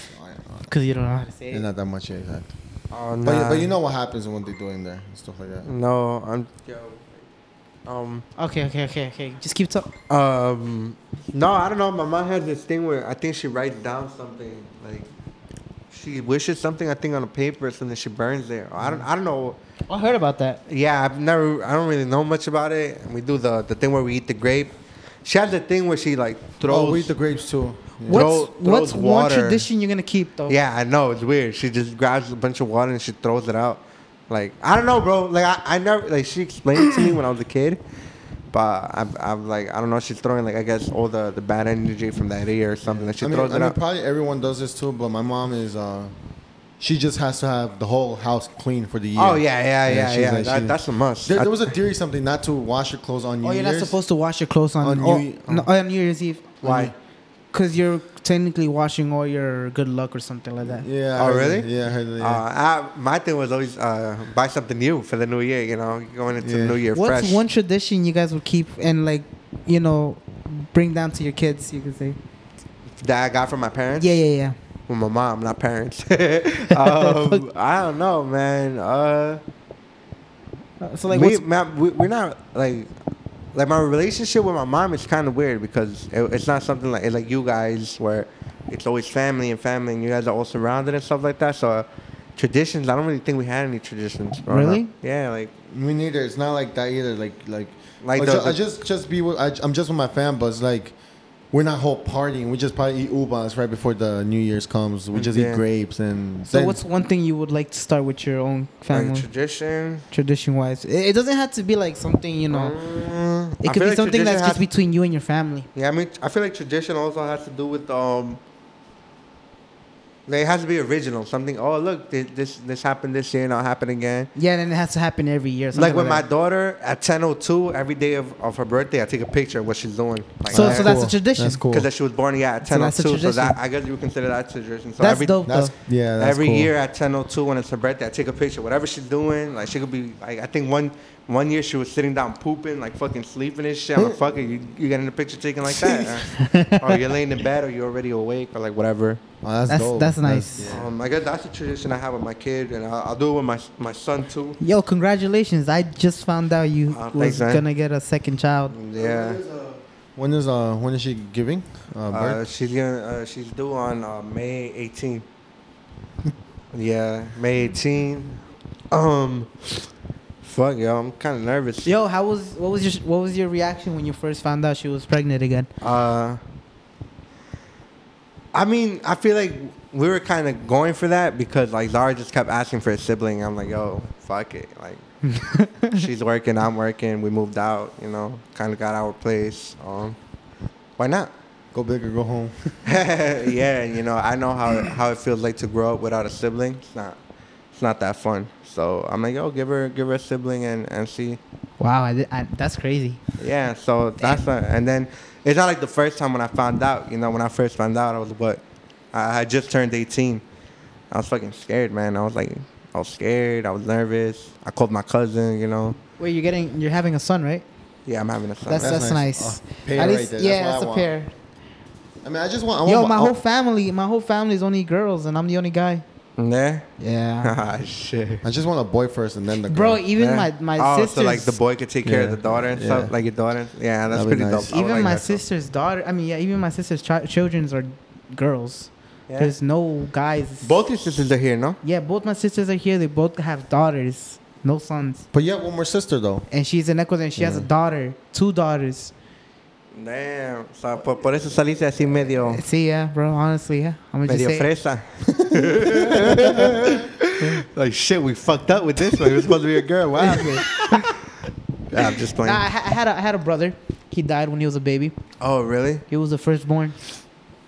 [SPEAKER 2] Cause you don't know how to say
[SPEAKER 1] there's
[SPEAKER 2] it.
[SPEAKER 1] not that much yet. Exactly.
[SPEAKER 3] Oh,
[SPEAKER 1] But, you- but you know what happens when they do in there and stuff like that.
[SPEAKER 3] No, I'm. Yo, Um,
[SPEAKER 2] Okay, okay, okay, okay. Just keep talking.
[SPEAKER 3] um, no, I don't know. My mom has this thing where I think she writes down something like she wishes something I think on a paper, so then she burns it. I don't, I don't know.
[SPEAKER 2] I heard about that.
[SPEAKER 3] Yeah, I've never. I don't really know much about it. And we do the the thing where we eat the grape. She has the thing where she like throws.
[SPEAKER 4] Oh, we eat the grapes too.
[SPEAKER 3] Throw-
[SPEAKER 2] What's what's
[SPEAKER 3] throws
[SPEAKER 2] one
[SPEAKER 3] water.
[SPEAKER 2] tradition you're gonna keep though?
[SPEAKER 3] Yeah, I know it's weird. She just grabs a bunch of water and she throws it out. Like I don't know, bro. Like I, I never like she explained it to me when I was a kid, but I'm, I'm like I don't know. She's throwing like I guess all the, the bad energy from that year or something. Like she
[SPEAKER 1] I mean,
[SPEAKER 3] throws
[SPEAKER 1] I
[SPEAKER 3] it
[SPEAKER 1] mean
[SPEAKER 3] out.
[SPEAKER 1] probably everyone does this too, but my mom is. Uh, she just has to have the whole house clean for the year.
[SPEAKER 3] Oh yeah, yeah,
[SPEAKER 1] And
[SPEAKER 3] yeah,
[SPEAKER 1] she's
[SPEAKER 3] yeah.
[SPEAKER 1] like-
[SPEAKER 3] that,
[SPEAKER 1] she-
[SPEAKER 3] that's a must.
[SPEAKER 1] There,
[SPEAKER 3] I-
[SPEAKER 1] there was a theory something not to wash your clothes on New
[SPEAKER 2] Oh, you're
[SPEAKER 1] Year's.
[SPEAKER 2] not supposed to wash your clothes on
[SPEAKER 1] On
[SPEAKER 2] oh,
[SPEAKER 1] New-
[SPEAKER 2] no, on New Year's Eve.
[SPEAKER 3] Why?
[SPEAKER 2] Because you're technically washing all your good luck or something like that.
[SPEAKER 1] Yeah. I
[SPEAKER 3] Oh,
[SPEAKER 1] heard
[SPEAKER 3] really?
[SPEAKER 1] that. Yeah, I heard that. Yeah.
[SPEAKER 3] Uh, I, my thing was always uh, buy something new for the new year. You know, going into the
[SPEAKER 1] Yeah.
[SPEAKER 3] new year
[SPEAKER 2] What's
[SPEAKER 3] fresh.
[SPEAKER 2] one tradition you guys would keep and like, you know, bring down to your kids? You could say.
[SPEAKER 3] that I got from my parents.
[SPEAKER 2] Yeah, yeah, yeah.
[SPEAKER 3] with my mom, not parents. um, I don't know, man. Uh,
[SPEAKER 2] Uh, so like,
[SPEAKER 3] we,
[SPEAKER 2] what's,
[SPEAKER 3] ma we, we're not like like my relationship with my mom is kind of weird because it, it's not something like like you guys where it's always family and family and you guys are all surrounded and stuff like that. So uh, traditions, I don't really think we had any traditions. growing up.
[SPEAKER 2] Really?
[SPEAKER 3] Yeah, like
[SPEAKER 1] Me neither. It's not like that either. Like like like
[SPEAKER 3] Like the-
[SPEAKER 1] ju-
[SPEAKER 3] the-
[SPEAKER 1] I just just be with I, I'm just with my fam, but it's like we're not whole partying. We just probably eat ubas right before the New Year's comes. We just
[SPEAKER 3] Yeah.
[SPEAKER 1] eat grapes and
[SPEAKER 2] so
[SPEAKER 1] then-
[SPEAKER 2] what's one thing you would like to start with your own
[SPEAKER 3] like
[SPEAKER 2] family
[SPEAKER 3] tradition.
[SPEAKER 2] tradition wise? It, it doesn't have to be like something you know.
[SPEAKER 3] Mm, I
[SPEAKER 2] it could
[SPEAKER 3] feel
[SPEAKER 2] be something
[SPEAKER 3] like tradition
[SPEAKER 2] that's
[SPEAKER 3] has-
[SPEAKER 2] just between you and your family.
[SPEAKER 3] Yeah, I mean, I feel like tradition also has to do with um. Like it has to be original. Something. Oh, look, thi- this this happened this year, and it'll happen again.
[SPEAKER 2] Yeah, and it has to happen every year. something
[SPEAKER 3] Like with my
[SPEAKER 2] that.
[SPEAKER 3] daughter at ten o two, every day of, of her birthday, I take a picture of what she's doing. Like,
[SPEAKER 2] So,
[SPEAKER 1] That's
[SPEAKER 2] so that's
[SPEAKER 1] cool.
[SPEAKER 2] a tradition.
[SPEAKER 1] That's cool.
[SPEAKER 3] Because she was born yeah at
[SPEAKER 2] So
[SPEAKER 3] ten o
[SPEAKER 2] that's a
[SPEAKER 3] two, so
[SPEAKER 2] tradition.
[SPEAKER 3] that I guess you would consider that tradition. So
[SPEAKER 2] That's
[SPEAKER 3] every,
[SPEAKER 2] dope,
[SPEAKER 1] That's
[SPEAKER 2] though.
[SPEAKER 1] yeah. That's
[SPEAKER 3] every
[SPEAKER 1] cool.
[SPEAKER 3] year at ten o two, when it's her birthday, I take a picture. Whatever she's doing, like she could be like I think one one year she was sitting down pooping, like fucking sleeping and shit. I'm like, fuck it, you, you getting a picture taken like that? or you're laying in bed, or you're already awake, or like whatever.
[SPEAKER 1] Oh, that's
[SPEAKER 2] That's-
[SPEAKER 1] dope.
[SPEAKER 2] that's nice.
[SPEAKER 3] Um, I guess that's a tradition I have with my kid, and I'll, I'll do it with my my son too.
[SPEAKER 2] Yo, congratulations! I just found out you
[SPEAKER 3] Oh,
[SPEAKER 2] was
[SPEAKER 3] thanks, man. Mm.
[SPEAKER 2] gonna get a second child.
[SPEAKER 3] Yeah.
[SPEAKER 1] When is uh when is she giving? Uh,
[SPEAKER 3] Uh,
[SPEAKER 1] birth?
[SPEAKER 3] she's gonna, uh, she's due on uh, May 18. yeah, May 18. Um, fuck yo, I'm kind of nervous.
[SPEAKER 2] Yo, how was what was your what was your reaction when you first found out she was pregnant again?
[SPEAKER 3] Uh, I mean, I feel like we were kind of going for that because like Zara just kept asking for a sibling. I'm like, yo, fuck it. Like, she's working, I'm working. We moved out, you know, kind of got our place. Um, why not?
[SPEAKER 1] Go big or go home.
[SPEAKER 3] yeah, you know, I know how how it feels like to grow up without a sibling. It's not it's not that fun. So I'm like, yo, give her give her a sibling and and see.
[SPEAKER 2] Wow, I, did- I, that's crazy.
[SPEAKER 3] Yeah, so that's a, and then it's not like the first time when I found out. You know, when I first found out, I was what I had just turned 18. I was fucking scared, man. I was like, I was scared. I was nervous. I called my cousin. You know,
[SPEAKER 2] Wait, you're getting you're having a son, right?
[SPEAKER 3] yeah, I'm having a son.
[SPEAKER 2] That's
[SPEAKER 1] That's
[SPEAKER 2] that's,
[SPEAKER 1] nice.
[SPEAKER 2] nice.
[SPEAKER 1] Oh, pair
[SPEAKER 2] At
[SPEAKER 1] right
[SPEAKER 2] least,
[SPEAKER 1] there. That's
[SPEAKER 2] yeah,
[SPEAKER 1] what I
[SPEAKER 2] that's, a
[SPEAKER 1] want.
[SPEAKER 2] pair.
[SPEAKER 1] I mean, I just want. I
[SPEAKER 2] Yo,
[SPEAKER 1] want
[SPEAKER 2] my
[SPEAKER 1] I-
[SPEAKER 2] whole family, my whole family is only girls, and I'm the only guy.
[SPEAKER 3] yeah.
[SPEAKER 2] Yeah,
[SPEAKER 3] Ah, shit.
[SPEAKER 1] I just want a boy first and then the girl.
[SPEAKER 2] bro. Even
[SPEAKER 3] Yeah.
[SPEAKER 2] my my
[SPEAKER 3] oh,
[SPEAKER 2] sisters,
[SPEAKER 3] so like the boy could take care of
[SPEAKER 1] Yeah.
[SPEAKER 3] the daughter and
[SPEAKER 1] Yeah.
[SPEAKER 3] stuff, like your daughter. Yeah, that's
[SPEAKER 1] That'd be
[SPEAKER 3] pretty
[SPEAKER 1] nice.
[SPEAKER 3] dope. I would
[SPEAKER 2] even
[SPEAKER 3] like
[SPEAKER 2] my
[SPEAKER 3] that.
[SPEAKER 2] sister's daughter. I mean, yeah, even my sister's chi- children's are girls.
[SPEAKER 3] Yeah.
[SPEAKER 2] There's no guys.
[SPEAKER 3] Both your sisters are here, no?
[SPEAKER 2] Yeah, both my sisters are here. They both have daughters, no sons.
[SPEAKER 1] But you have one more sister though.
[SPEAKER 2] And she's in Ecuador and she has a daughter, two daughters.
[SPEAKER 3] Damn. O sea, por, por eso saliste así medio,
[SPEAKER 2] See, yeah, bro. Honestly, yeah. I'm gonna
[SPEAKER 3] Oh. medio
[SPEAKER 2] just say.
[SPEAKER 3] fresa. like, shit, we fucked up with this one. It was supposed to be a girl. What happened? yeah, I'm just
[SPEAKER 2] Nah,
[SPEAKER 3] playing.
[SPEAKER 2] I, ha- I had a, I had a brother. He died when he was a baby.
[SPEAKER 3] Oh, really?
[SPEAKER 2] He was the firstborn.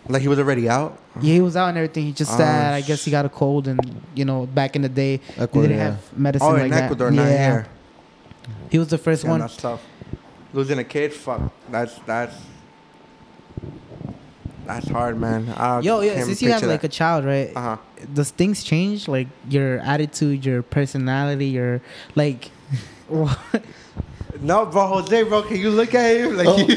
[SPEAKER 3] Like, he was already out?
[SPEAKER 2] Yeah, he was out and everything. He just
[SPEAKER 3] Oh,
[SPEAKER 2] sad. I guess he got a cold, and you know, back in the day,
[SPEAKER 1] Ecuador,
[SPEAKER 2] they didn't
[SPEAKER 1] yeah.
[SPEAKER 2] have medicine
[SPEAKER 3] Oh,
[SPEAKER 2] like
[SPEAKER 3] in
[SPEAKER 2] that.
[SPEAKER 3] Ecuador, not here.
[SPEAKER 2] He was the first
[SPEAKER 3] Damn,
[SPEAKER 2] one.
[SPEAKER 3] that's tough. Losing a kid, fuck. That's, that's, that's hard, man. I
[SPEAKER 2] Yo, yeah.
[SPEAKER 3] can't
[SPEAKER 2] Since you have
[SPEAKER 3] picture
[SPEAKER 2] like a
[SPEAKER 3] that.
[SPEAKER 2] child, right?
[SPEAKER 3] Uh-huh.
[SPEAKER 2] Does things change? Like your attitude, your personality, your like.
[SPEAKER 3] No, bro, Jose, bro, can you look at him? Like,
[SPEAKER 1] asking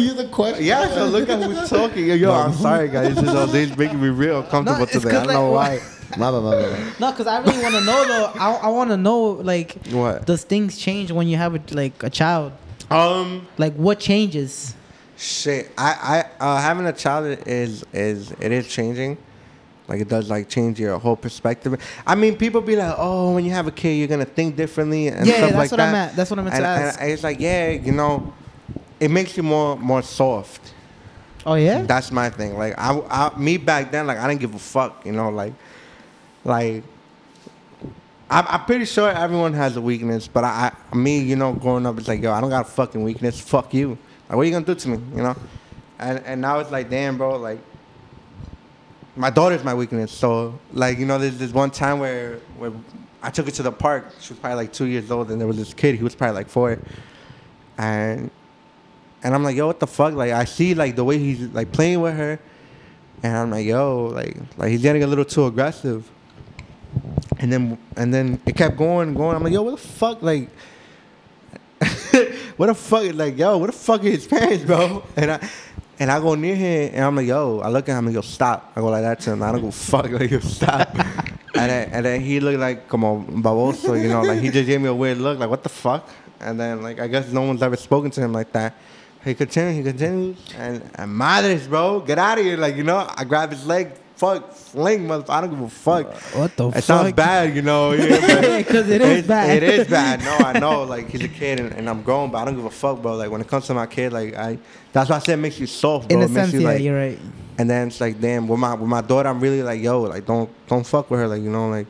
[SPEAKER 1] you the question.
[SPEAKER 3] Yeah, so look at who's talking. Yo, yo I'm sorry, guys. This is all these making me real uncomfortable
[SPEAKER 2] it's
[SPEAKER 3] today. I
[SPEAKER 2] 'cause,
[SPEAKER 3] don't know
[SPEAKER 2] like,
[SPEAKER 3] why.
[SPEAKER 1] My bad, my bad, my bad.
[SPEAKER 2] No, because I really want to know though. I, I want to know like
[SPEAKER 3] What?
[SPEAKER 2] does things change when you have a, like a child?
[SPEAKER 3] Um.
[SPEAKER 2] Like what changes?
[SPEAKER 3] Shit, I I uh, having a child is is it is changing, like it does like change your whole perspective. I mean, people be like, oh, when you have a kid, you're gonna think differently and
[SPEAKER 2] Yeah,
[SPEAKER 3] stuff
[SPEAKER 2] that's
[SPEAKER 3] like
[SPEAKER 2] what I
[SPEAKER 3] that.
[SPEAKER 2] meant- that's what I meant to
[SPEAKER 3] And- and
[SPEAKER 2] ask.
[SPEAKER 3] it's like, yeah, you know, it makes you more more soft.
[SPEAKER 2] Oh yeah.
[SPEAKER 3] That's my thing. Like I, I, me back then, like I didn't give a fuck. You know, like, like. I'm, I'm pretty sure everyone has a weakness, but I, I, me, you know, growing up, it's like, yo, I don't got a fucking weakness. Fuck you. Like, what are you gonna do to me? You know, and and now it's like, damn, bro, like, my daughter's my weakness. So like, you know, there's this one time where where I took her to the park. She was probably like two years old, and there was this kid. He was probably like four, and and I'm like, yo, what the fuck? Like, I see like the way he's like playing with her, and I'm like, yo, like, like he's getting a little too aggressive. And then and then it kept going and going. I'm like, yo, what the fuck? Like, what the fuck? Like, yo, what the fuck are his parents, bro? And I and I go near him and I'm like, yo, I look at him and go, stop. I go like that to him. I don't go fuck like yo, stop. and then and then he looked like come on baboso, you know, like he just gave me a weird look, like what the fuck? And then like I guess no one's ever spoken to him like that. He continues, he continues, and, and madres, bro, get out of here. Like, you know, I grab his leg, fuck, fling, motherfucker. I don't give a fuck.
[SPEAKER 2] What the
[SPEAKER 3] it sounds
[SPEAKER 2] fuck?
[SPEAKER 3] bad, you know. yeah, but-
[SPEAKER 2] Because it is
[SPEAKER 3] it's-
[SPEAKER 2] bad.
[SPEAKER 3] It is bad. No, I know. Like he's a kid and, and I'm grown, but I don't give a fuck, bro. Like when it comes to my kid, like I that's why I said it makes you soft, bro.
[SPEAKER 2] In a
[SPEAKER 3] it makes
[SPEAKER 2] sense,
[SPEAKER 3] you
[SPEAKER 2] yeah,
[SPEAKER 3] like
[SPEAKER 2] you're right.
[SPEAKER 3] and then it's like damn with my with my daughter I'm really like, yo, like don't don't fuck with her, like you know, like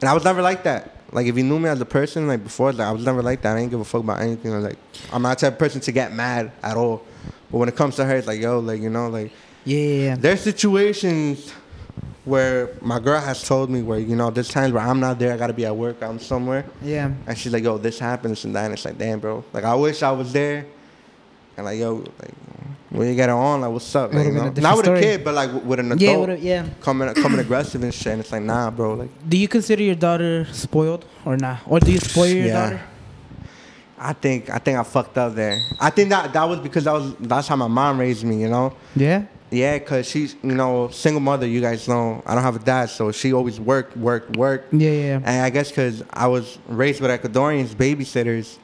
[SPEAKER 3] and I was never like that. Like if you knew me as a person, like before, like I was never like that. I didn't give a fuck about anything. Like I'm not the type of person to get mad at all. But when it comes to her, it's like, yo, like you know, like
[SPEAKER 2] Yeah, yeah, yeah.
[SPEAKER 3] there's situations where my girl has told me where, you know, there's times where I'm not there, I gotta be at work, I'm somewhere.
[SPEAKER 2] yeah.
[SPEAKER 3] And she's like, yo, this happened, this and that. And it's like, damn, bro. Like, I wish I was there. And like, yo, like, where you got it on? Like, what's up?
[SPEAKER 2] Would've
[SPEAKER 3] Like, you
[SPEAKER 2] been a
[SPEAKER 3] know?
[SPEAKER 2] different
[SPEAKER 3] Not with
[SPEAKER 2] story.
[SPEAKER 3] a kid, but like with an adult.
[SPEAKER 2] Yeah, would've- yeah.
[SPEAKER 3] Coming, coming aggressive and shit. And it's like, nah, bro. Like,
[SPEAKER 2] Do you consider your daughter spoiled or not? Or do you spoil your
[SPEAKER 3] Yeah.
[SPEAKER 2] daughter?
[SPEAKER 3] I think, I think I fucked up there. I think that that was because that was that's how my mom raised me, you know.
[SPEAKER 2] Yeah.
[SPEAKER 3] Yeah, cause she's you know single mother. You guys know I don't have a dad, so she always worked, worked, worked.
[SPEAKER 2] Yeah, yeah, yeah.
[SPEAKER 3] And I guess cause I was raised with Ecuadorians, babysitters.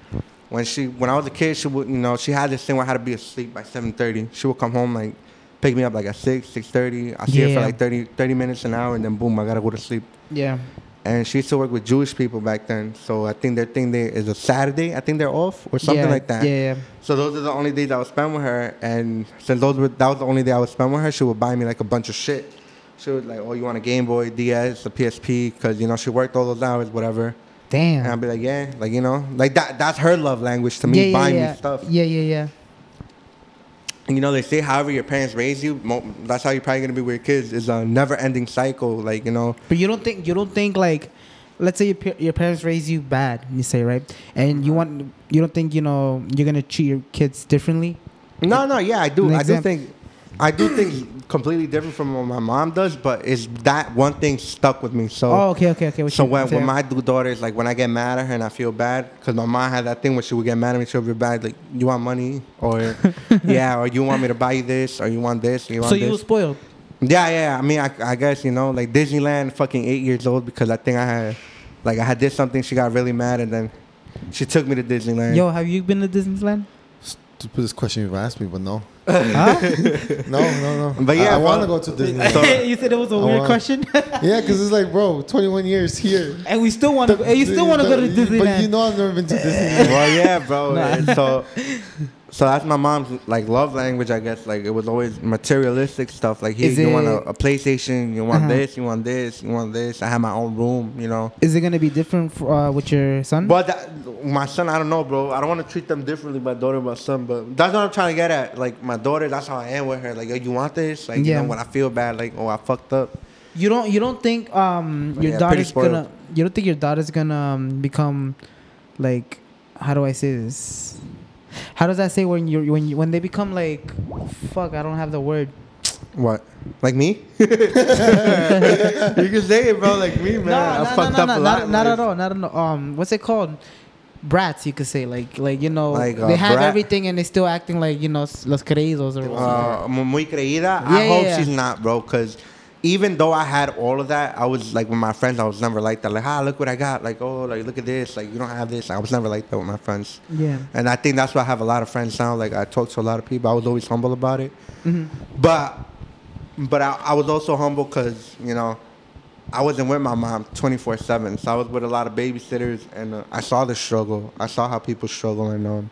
[SPEAKER 3] When she when I was a kid, she would you know she had this thing where I had to be asleep by seven thirty. She would come home like pick me up like at six, six thirty. I see her
[SPEAKER 2] Yeah.
[SPEAKER 3] for like 30, 30 minutes an hour, and then boom, I gotta go to sleep.
[SPEAKER 2] Yeah.
[SPEAKER 3] And she used to work with Jewish people back then, so I think their thing they is a Saturday. I think they're off or something
[SPEAKER 2] Yeah,
[SPEAKER 3] like that.
[SPEAKER 2] yeah, yeah.
[SPEAKER 3] So those are the only days I would spend with her, and since those were that was the only day I would spend with her, she would buy me like a bunch of shit. She would like, oh, you want a Game Boy, DS, a PSP, because you know she worked all those hours, whatever. And I'd
[SPEAKER 2] Damn.
[SPEAKER 3] be like, yeah, like you know, like that. That's her love language to me,
[SPEAKER 2] yeah, yeah,
[SPEAKER 3] buying
[SPEAKER 2] yeah.
[SPEAKER 3] me stuff.
[SPEAKER 2] Yeah, yeah, yeah.
[SPEAKER 3] And you know, they say however your parents raise you, mo- that's how you're probably gonna be with your kids. It's a never-ending cycle, like you know.
[SPEAKER 2] But you don't think you don't think like, let's say your pa- your parents raise you bad, you say right, and you want you don't think you know you're gonna treat your kids differently.
[SPEAKER 3] No, no, yeah, I do.
[SPEAKER 2] An
[SPEAKER 3] I do
[SPEAKER 2] example.
[SPEAKER 3] think, I do think completely different from what my mom does, but it's that one thing stuck with me. So,
[SPEAKER 2] Oh, okay, okay, okay. what
[SPEAKER 3] so
[SPEAKER 2] you-
[SPEAKER 3] when,
[SPEAKER 2] okay.
[SPEAKER 3] when my d- daughter is like, when I get mad at her and I feel bad, because my mom had that thing where she would get mad at me, she would be bad, like, you want money? Or, yeah, or you want me to buy you this? Or you want this? Or you want
[SPEAKER 2] so
[SPEAKER 3] this?
[SPEAKER 2] you were spoiled.
[SPEAKER 3] yeah, yeah. I mean, I, I guess, you know, like Disneyland, fucking eight years old, because I think I had, like, I had did something, she got really mad, and then she took me to Disneyland.
[SPEAKER 2] Yo, have you been to Disneyland?
[SPEAKER 1] To put this question you've asked me, but no.
[SPEAKER 2] Huh?
[SPEAKER 1] No, no, no.
[SPEAKER 3] But
[SPEAKER 1] I-
[SPEAKER 3] yeah,
[SPEAKER 1] I, want to
[SPEAKER 3] well-
[SPEAKER 1] go to Disney.
[SPEAKER 3] So-
[SPEAKER 2] you said it was a weird
[SPEAKER 1] want-
[SPEAKER 2] question,
[SPEAKER 1] yeah, because it's like, bro, 21 years here.
[SPEAKER 2] and we still want to. And you still want to go to Disneyland.
[SPEAKER 1] But you know I've never been to Disneyland.
[SPEAKER 3] well, yeah, bro.
[SPEAKER 2] Nah.
[SPEAKER 3] and So, so that's my mom's like love language, I guess. Like it was always materialistic stuff. Like here,
[SPEAKER 2] Is
[SPEAKER 3] you want a,
[SPEAKER 2] it-
[SPEAKER 3] a PlayStation, you want
[SPEAKER 2] Uh-huh.
[SPEAKER 3] this, you want this, you want this. I have my own room, you know.
[SPEAKER 2] Is it gonna be different for, uh, with your son?
[SPEAKER 3] But that, my son, I don't know, bro. I don't want to treat them differently, my daughter, my son. But that's what I'm trying to get at. Like my daughter, that's how I am with her. Like, yo, you want this? Like,
[SPEAKER 2] Yeah.
[SPEAKER 3] you know, when I feel bad, like, oh, I fucked up.
[SPEAKER 2] You don't. You don't think um your
[SPEAKER 3] Yeah, pretty
[SPEAKER 2] daughter's
[SPEAKER 3] spoiled.
[SPEAKER 2] gonna. You don't think your daughter's gonna um, become, like, how do I say this? How does that say when you when you when they become like, fuck, I don't have the word.
[SPEAKER 3] What? Like me? you can say it, bro. Like me, man. I fucked up a lot.
[SPEAKER 2] not,
[SPEAKER 3] in
[SPEAKER 2] not
[SPEAKER 3] life.
[SPEAKER 2] at all, not at all. Um, what's it called? Brats, you could say like like you know
[SPEAKER 3] Like, uh,
[SPEAKER 2] they have
[SPEAKER 3] brat.
[SPEAKER 2] everything and they're still acting like you know s- los creídos or.
[SPEAKER 3] uh, mu- muy creída.
[SPEAKER 2] Yeah,
[SPEAKER 3] I
[SPEAKER 2] yeah,
[SPEAKER 3] hope
[SPEAKER 2] yeah.
[SPEAKER 3] she's not, bro, because even though I had all of that, I was like with my friends. I was never like that. Like, ah, look what I got. Like, oh, like look at this. Like, you don't have this. I was never like that with my friends.
[SPEAKER 2] Yeah.
[SPEAKER 3] And I think that's why I have a lot of friends now. Like, I talk to a lot of people. I was always humble about it.
[SPEAKER 2] Mm-hmm.
[SPEAKER 3] But, but I, I was also humble because you know, I wasn't with my mom twenty four seven. So I was with a lot of babysitters, and uh, I saw the struggle. I saw how people struggle, and um,